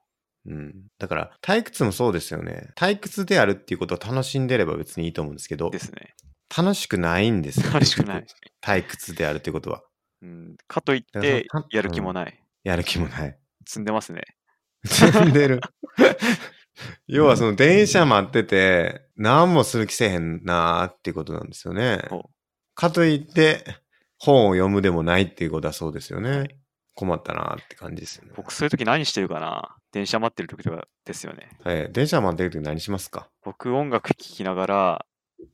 うん。だから、退屈もそうですよね。退屈であるっていうことを楽しんでれば別にいいと思うんですけど
う。で、すね。
楽しくないんですよ。
楽しくない
結。局。退屈であるっていうことは。
うん、かといっ
だから
て
そのた、
やる気もない。
やる気もない。
積んでますね。
積んでる。要はその電車待ってて、何もする気せえへんなーっていうことなんですよね
ほう。
かといって、本を読むでもないっていうことはそうですよね。困ったなーって感じですよね。
僕、そういう時何してるかな電車待ってる時とかですよね。
えー電車待ってる時何しますか
僕、音楽聴きながら、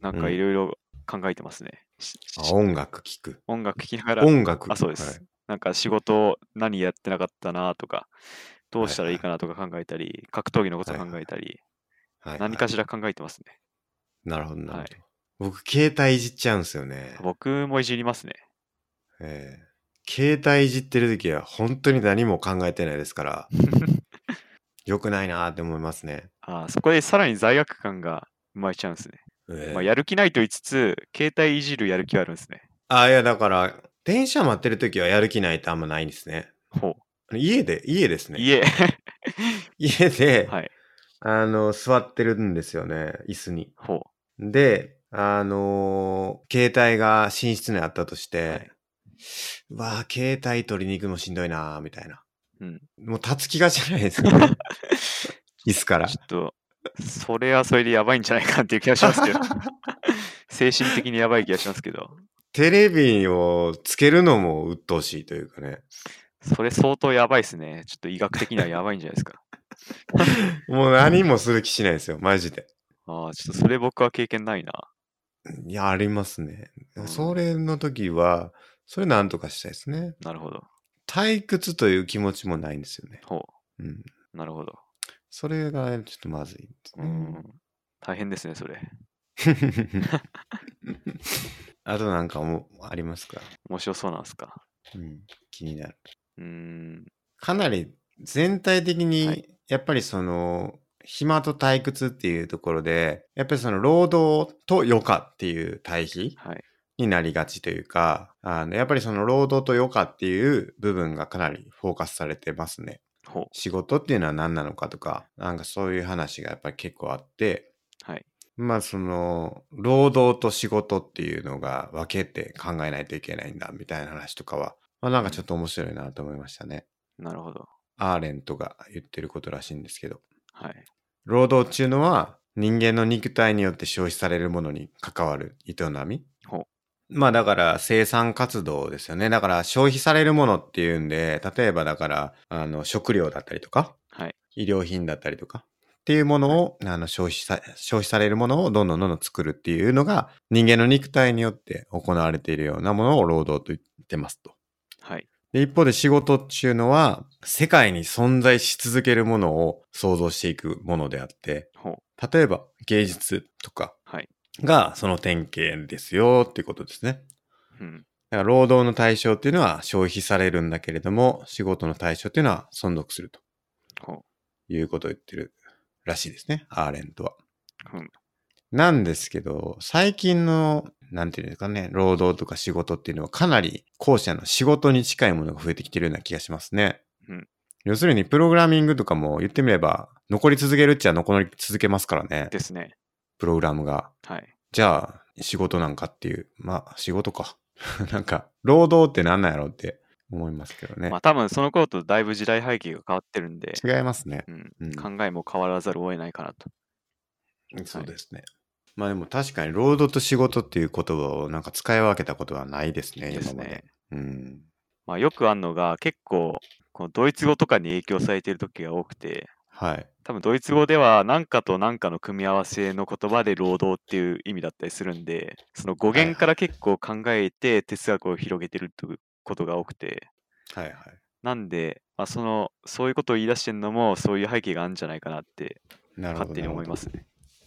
なんか
うん
いろいろ考えてますね。しし
あ音楽聴く。
音楽聴きながら、
音楽
あそうです
はい
なんか仕事何やってなかったなとか、どうしたらいいかなとか考えたり、格闘技のこと
はいはい
考えたり、
はい
何かしら考えてますね。
なるほど、なるほど。
はい
僕、携帯いじっちゃうんですよね。
僕もいじりますね。
えー携帯いじってる時は本当に何も考えてないです から、良くないなーって思いますね。
あーそこでさらに罪悪感が生まれちゃうんですね。
えー
まあ、やる気ないと言いつつ、携帯いじるやる気はあるんですね。
あ、いや、だから、電車待ってる時はやる気ないってあんまないんですね。
ほ
家で、家です
う。
ね。
家。
家で、
はい。
あの、座ってるんですよね、椅子に。
ほう。
で、あのー携帯が寝室にあったとして、
はいう
わあ携帯取りに行くのしんどいなーみたいな。
うん
もう立つ気がしないです よね椅子から
ち。ょっと、それはそれでやばいんじゃないかなっていう気がします けど。精神的にやばい気がしますけど。
テレビをつけるのも鬱陶しいというかね。
それ相当やばいですね。ちょっと医学的にはやばいんじゃないですか。
もう何もする気しないですよ、マジで。
ああ、ちょっとそれ僕は経験ないな。
いや、ありますね
うん。
それの時は、それなんとかしたいですね。
なるほど。
退屈という気持ちもないんですよね。
ほ
うん。
う。なるほど。
それがちょっとまずいです
う
ね。
ん。大変ですね、それ。
あとなんかもありますか、
面白そうなんですか。
うん、気になる。
うーん。
かなり全体的
は
に
い、
やっぱりその、暇と退屈っていうところで、やっぱりその労働と余暇っていう対比
はい。
になりがちというか、あのやっぱりその労働と余暇っていう部分がかなりフォーカスされてますね。
ほう。
仕事っていうのは何なのかとか、なんかそういう話がやっぱり結構あって、
はい。
まあその、労働と仕事っていうのが分けて考えないといけないんだみたいな話とかは、まあなんかちょっと面白いなと思いましたね。
なるほど。
アーレントが言ってることらしいんですけど、
はい。
労働っていうのは人間の肉体によって消費されるものに関わる営み
ほう。
まあだから生産活動ですよね。だから消費されるものっていうんで、例えばだから、あの、食料だったりとか、
はい。
医療品だったりとかっていうものを、あの消費さ消費されるものをどんどんどんどん作るっていうのが人間の肉体によって行われているようなものを労働と言ってますと。
はい。
で一方で仕事っていうのは世界に存在し続けるものを創造していくものであって
ほう。
例えば芸術とか
はい
がその典型ですよっていうことですね。
うん。
だから労働の対象っていうのは消費されるんだけれども仕事の対象っていうのは存続すると。
ほ
いうことを言ってるらしいですね、アーレントは。
う。うん。
なんですけど、最近の、なんていうんですかね、労働とか仕事っていうのはかなり後者の仕事に近いものが増えてきてるような気がしますね。
うん
要するに、プログラミングとかも言ってみれば、残り続けるっちゃ残り続けますからね、
ですね。
プログラムが。
はい。
じゃあ、仕事なんかっていう、まあ、仕事か。 なんか、労働ってなんなんやろうって思いますけどね。
まあ多分その頃とだいぶ時代背景が変わってるんで、
違いますね。
うん、
うん
考えも変わらざるを得ないかなと。
そうですね。まあでも確かに労働と仕事っていう言葉をなんか使い分けたことはないですね、
です
今まで
ね。。
うん。
まあよくあるのが結構このドイツ語とかに影響されている時が多くて、
はい。
多分ドイツ語では何かと何かの組み合わせの言葉で労働っていう意味だったりするんで、その語
はいはい
源から結構考えて哲学を広げてるということが多くて、
はいはい。
なんで、まあ、そのそういうことを言い出してるのもそういう背景があるんじゃないかなって
なるほど。
勝手に思いますね。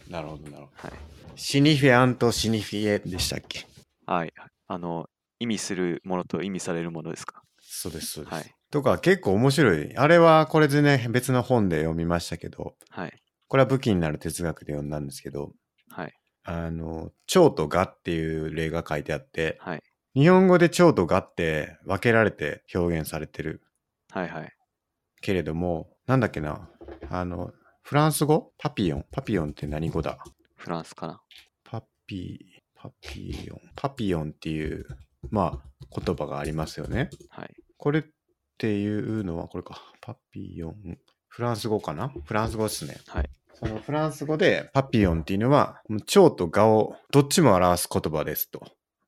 なるほど、なるほど。
はい
シニフィアンとシニフィエでしたっけ
はい。あの、意味するものと意味されるものですか。
そうです、そうです。
はい。
とか結構面白い。あれはこれでね、別の本で読みましたけど、
はい。
これは武器になる哲学で読んだんですけど、
はい。
あの、蝶と蛾っていう例が書いてあって、
はい。
日本語で蝶と蛾って分けられて表現されてる
はい。はい。
けれども、なんだっけな、あの、フランス語パピヨン。パピヨンって何語だ
フランスかな。
パピ、パピヨン。パピヨンっていう、まあ、言葉がありますよね。
はい。
これっていうのは、これか。パピヨン。フランス語かなフランス語ですね。
はい。
そのフランス語でパピオンっていうのは、もう蝶と蛾をどっちも表す言葉ですと。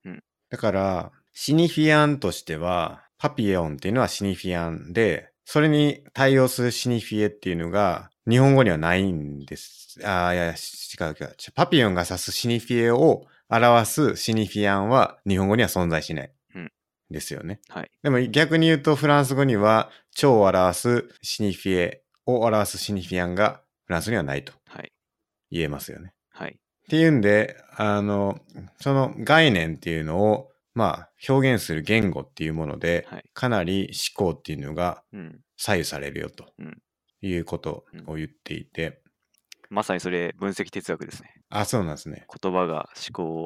うん
だから、シニフィアンとしては、パピオンっていうのはシニフィアンで、それに対応するシニフィエっていうのが、日本語にはないんです。ああ、いやいや、違う違う。パピオンが指すシニフィエを表すシニフィアンは、日本語には存在しない。
うん
ですよね。
はい。
でも逆に言うとフランス語には蝶を表すシニフィエを表すシニフィアンがフランスにはないと
はい。
言えますよね。
はい。
っていうんで、あの、その概念っていうのを、まあ、表現する言語っていうもので、
はい
かなり思考っていうのが
うん。
左右されるよと
うん
いうことを言っていて、
まさにそれ、分析哲学ですね。
あ、そうなんですね。
言葉が思考を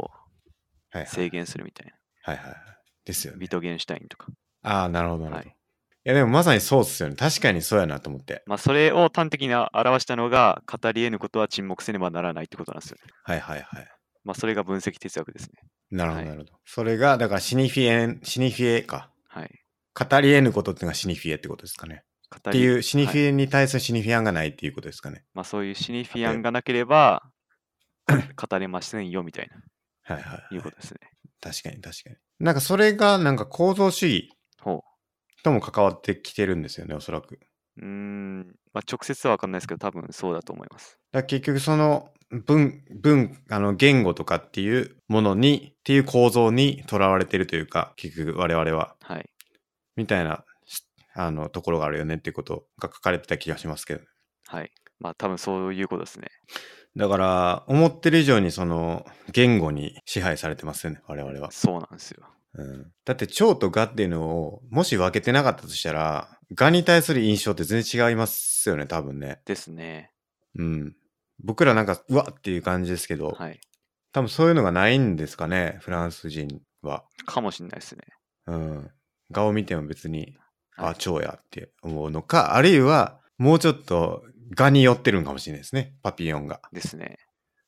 はいはい。
制限するみたい
はいはいはい。ですよ
な。
ね。
ビトゲンシュタインとか。
ああ、なるほどなるほど。
はい
い、や、でもまさにそうっすよね。確かにそうやなと思って。
まあ、それを端的に表したのが、語り得ぬことは沈黙せねばならないってことなんですよね。
はいはいはい。
まあ、それが分析哲学ですね。
なるほど、
はい
なるほど。それが、だからシニフィエン、シニフィエか。
はい。
語り得ぬことっていうのがシニフィエってことですかね。
語
って
り
いう、シニフ
はい
ィエに対するシニフィアンがないっていうことですかね。
まあ、そういうシニフィアンがなければ、 語れませんよみたいな、
はいはい。
いうことですね。
確かに確かに。なんかそれが、なんか構造主義
ほ
とも関わってきてるんですよね、おそらく。
う。うーん、まあ、直接は分かんないですけど、多分そうだと思います。
だから結局その文、文、あの言語とかっていうものに、っていう構造にとらわれてるというか、結局我々は、
はい。
みたいな、あの、ところがあるよねっていうことが書かれてた気がしますけど。
はい。まあ、多分そういうことですね。
だから、思ってる以上にその言語に支配されてますよね、我々は。
そうなんですよ。
うん、だって、蝶と蛾っていうのを、もし分けてなかったとしたら、蛾に対する印象って全然違いますよね、多分ね。
ですね。
うん。僕らなんか、うわっっていう感じですけど、
はい。
多分そういうのがないんですかね、フランス人は。
かもしれないですね。
うん。蛾を見ても別に、
は
あ、
い
蝶やって思うのか、あるいは、もうちょっと蛾に寄ってるんかもしれないですね、パピヨンが。
ですね。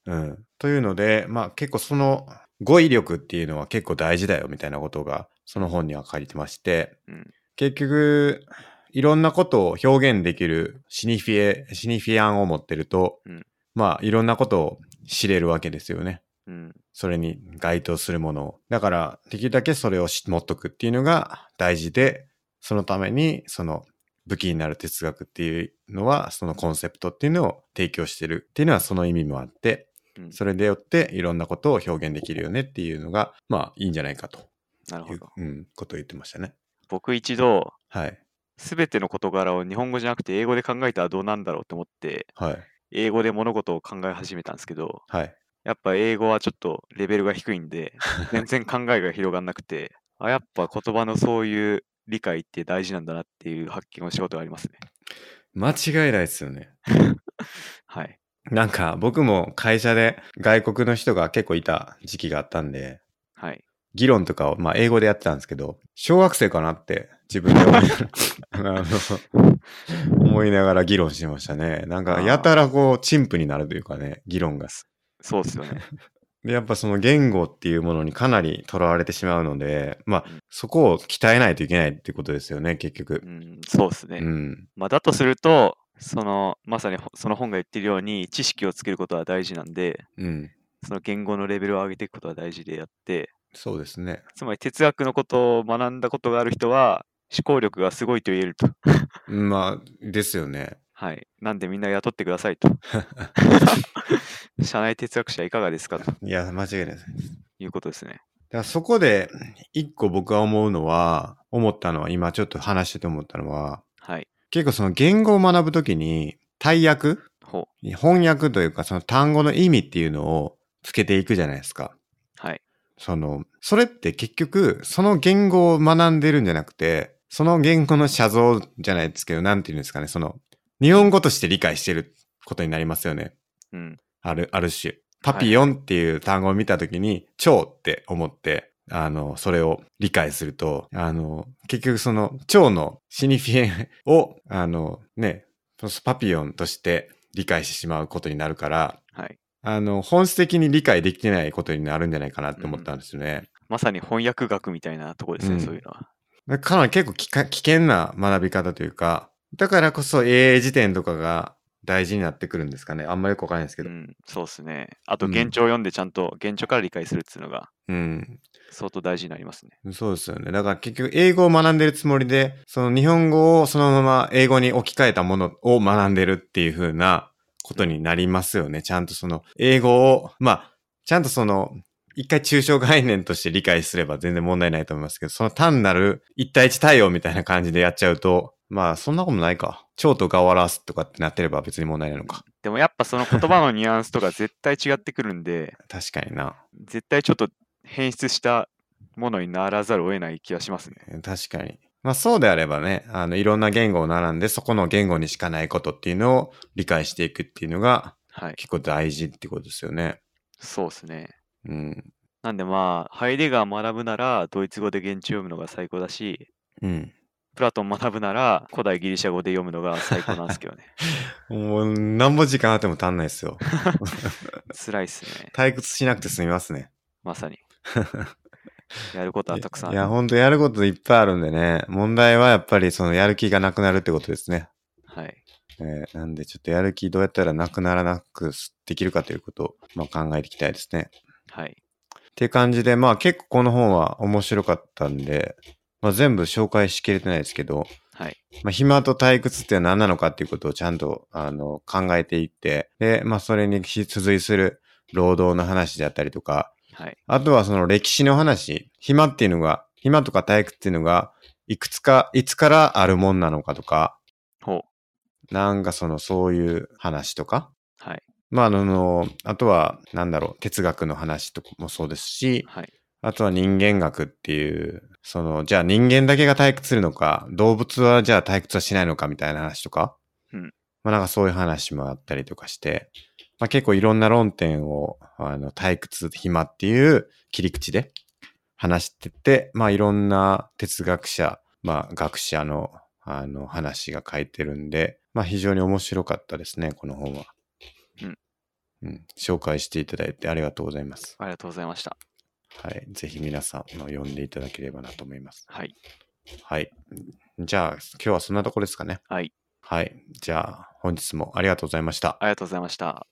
うん。というので、まあ結構その語彙力っていうのは結構大事だよみたいなことがその本には書いてまして、
うん
結局いろんなことを表現できるシニフィエ、シニフィアンを持ってると、
うん
まあいろんなことを知れるわけですよね。
うん。
それに該当するものを。だからできるだけそれをし持っとくっていうのが大事で、そのためにその武器になる哲学っていうのは、そのコンセプトっていうのを提供してるっていうのはその意味もあって、
うん、
それでよっていろんなことを表現できるよねっていうのが、まあいいんじゃないかと
なるほ
いう
ど。、
うん、ことを言ってましたね。
僕一度、
はい。
すべての事柄を日本語じゃなくて英語で考えたらどうなんだろうと思って、
はい。
英語で物事を考え始めたんですけど、
はい。
やっぱ英語はちょっとレベルが低いんで、全然考えが広がんなくて、あ、やっぱ言葉のそういう理解って大事なんだなっていう発見をしたことがありますね。
間違いないですよね。
はい。
なんか僕も会社で外国の人が結構いた時期があったんで、
はい。
議論とかを、まあ、英語でやってたんですけど、小学生かなって自分で思いあ の思いながら議論してましたね。なんか、やたらこう、陳腐になるというかね、議論が。
そうですよね。
で、やっぱその言語っていうものにかなりとらわれてしまうので、まあ
うん、
そこを鍛えないといけないってことですよね、結局
う。ん、そうですね。
うん。
まあ、だとすると、その、まさにほその本が言ってるように、知識をつけることは大事なんで、
うん。
その言語のレベルを上げていくことは大事であって、
そうですね。
つまり哲学のことを学んだことがある人は、思考力がすごいと言えると。
まあ、ですよね。
はい。なんでみんな雇ってくださ いと。社内哲学者いかがですかと
いや、間違いないです。
いうことですね。
だからそこで、一個僕が思うのは、思ったのは、今ちょっと話してて思ったのは、
はい。
結構その言語を学ぶときに、大訳
ほう。
翻訳というか、その単語の意味っていうのをつけていくじゃないですか。
はい。
その、それって結局、その言語を学んでるんじゃなくて、その言語の写像じゃないですけど、なんていうんですかね、その、日本語として理解してることになりますよね。
うん。
ある、ある種。パピヨンっていう単語を見たときに、蝶って思って、あの、それを理解すると、あの、結局その、蝶のシニフィエを、あの、ね、パピヨンとして理解してしまうことになるから、
はい。
あの、本質的に理解できてないことになるんじゃないかなって思ったんですよね。
まさに翻訳学みたいなとこですね、
うん
そういうのは。
だからかなり結構きか危険な学び方というか、だからこそ英英辞典とかが大事になってくるんですかね。あんまりよくわかんないですけ
う
ど。
ん、そうですね。あと、
うん
現状を読んで、ちゃんと現状から理解するっていうのが
うん。
相当大事になりますね。
そうですよね。だから結局英語を学んでるつもりで、その日本語をそのまま英語に置き換えたものを学んでるっていう風なことになりますよね。ちゃんとその英語を、まあ、ちゃんとその、一回抽象概念として理解すれば全然問題ないと思いますけど、その単なる一対一対応みたいな感じでやっちゃうと、まあそんなことないか。蝶とがを表すとかってなってれば別に問題ないのか。
でもやっぱその言葉のニュアンスとか絶対違ってくるんで、
確かにな。
絶対ちょっと変質したものにならざるを得ない気がしますね。
確かに。まあそうであればね、あの、いろんな言語を並んで、そこの言語にしかないことっていうのを理解していくっていうのが
はい、
結構大事ってことですよね。
そうですね。
うん。
なんでまあ、ハイデガー学ぶならドイツ語で現地読むのが最高だし、
うん。
プラトン学ぶなら古代ギリシャ語で読むのが最高なんです けどね。
もう、何ぼ時間あっても足んないですよ。
辛いっすね、
退屈しなくて済みますね。
ま さに。やることはたく さんあ
い
る。
や、ほんとやることいっぱいあるんでね、問題はやっぱりそのやる気がなくなるってことですね。
はい、
えーなんでちょっとやる気どうやったらなくならなくすできるかということを、まあ、考えていきたいですね。
はい、
っていう感じで、まあ結構この本は面白かったんで、まあ全部紹介しきれてないですけど、
はい、
まあ暇と退屈って何なのかっていうことをちゃんとあの考えていって、で、まあそれに付随する労働の話であったりとか、
はい、
あとはその歴史の話、暇っていうのが、暇とか退屈っていうのが、いくつか、いつからあるもんなのかとか、
ほう、
なんかそのそういう話とか、
はい、
まああの、あとはなんだろう、哲学の話とかもそうですし、
はい、
あとは人間学っていう、その、じゃあ人間だけが退屈するのか、動物はじゃあ退屈はしないのかみたいな話とか、
うん
まあなんかそういう話もあったりとかして、まあ結構いろんな論点を、あの、退屈、暇っていう切り口で話してて、まあいろんな哲学者、まあ学者の、あの話が書いてるんで、まあ非常に面白かったですね、この本は。
うん。
うん。紹介していただいてありがとうございます。
ありがとうございました。
はい。ぜひ皆さんあの読んでいただければなと思います。
はい、
はい。じゃあ、今日はそんなところですかね。
はい、
はい。じゃあ、本日もありがとうございました。
ありがとうございました。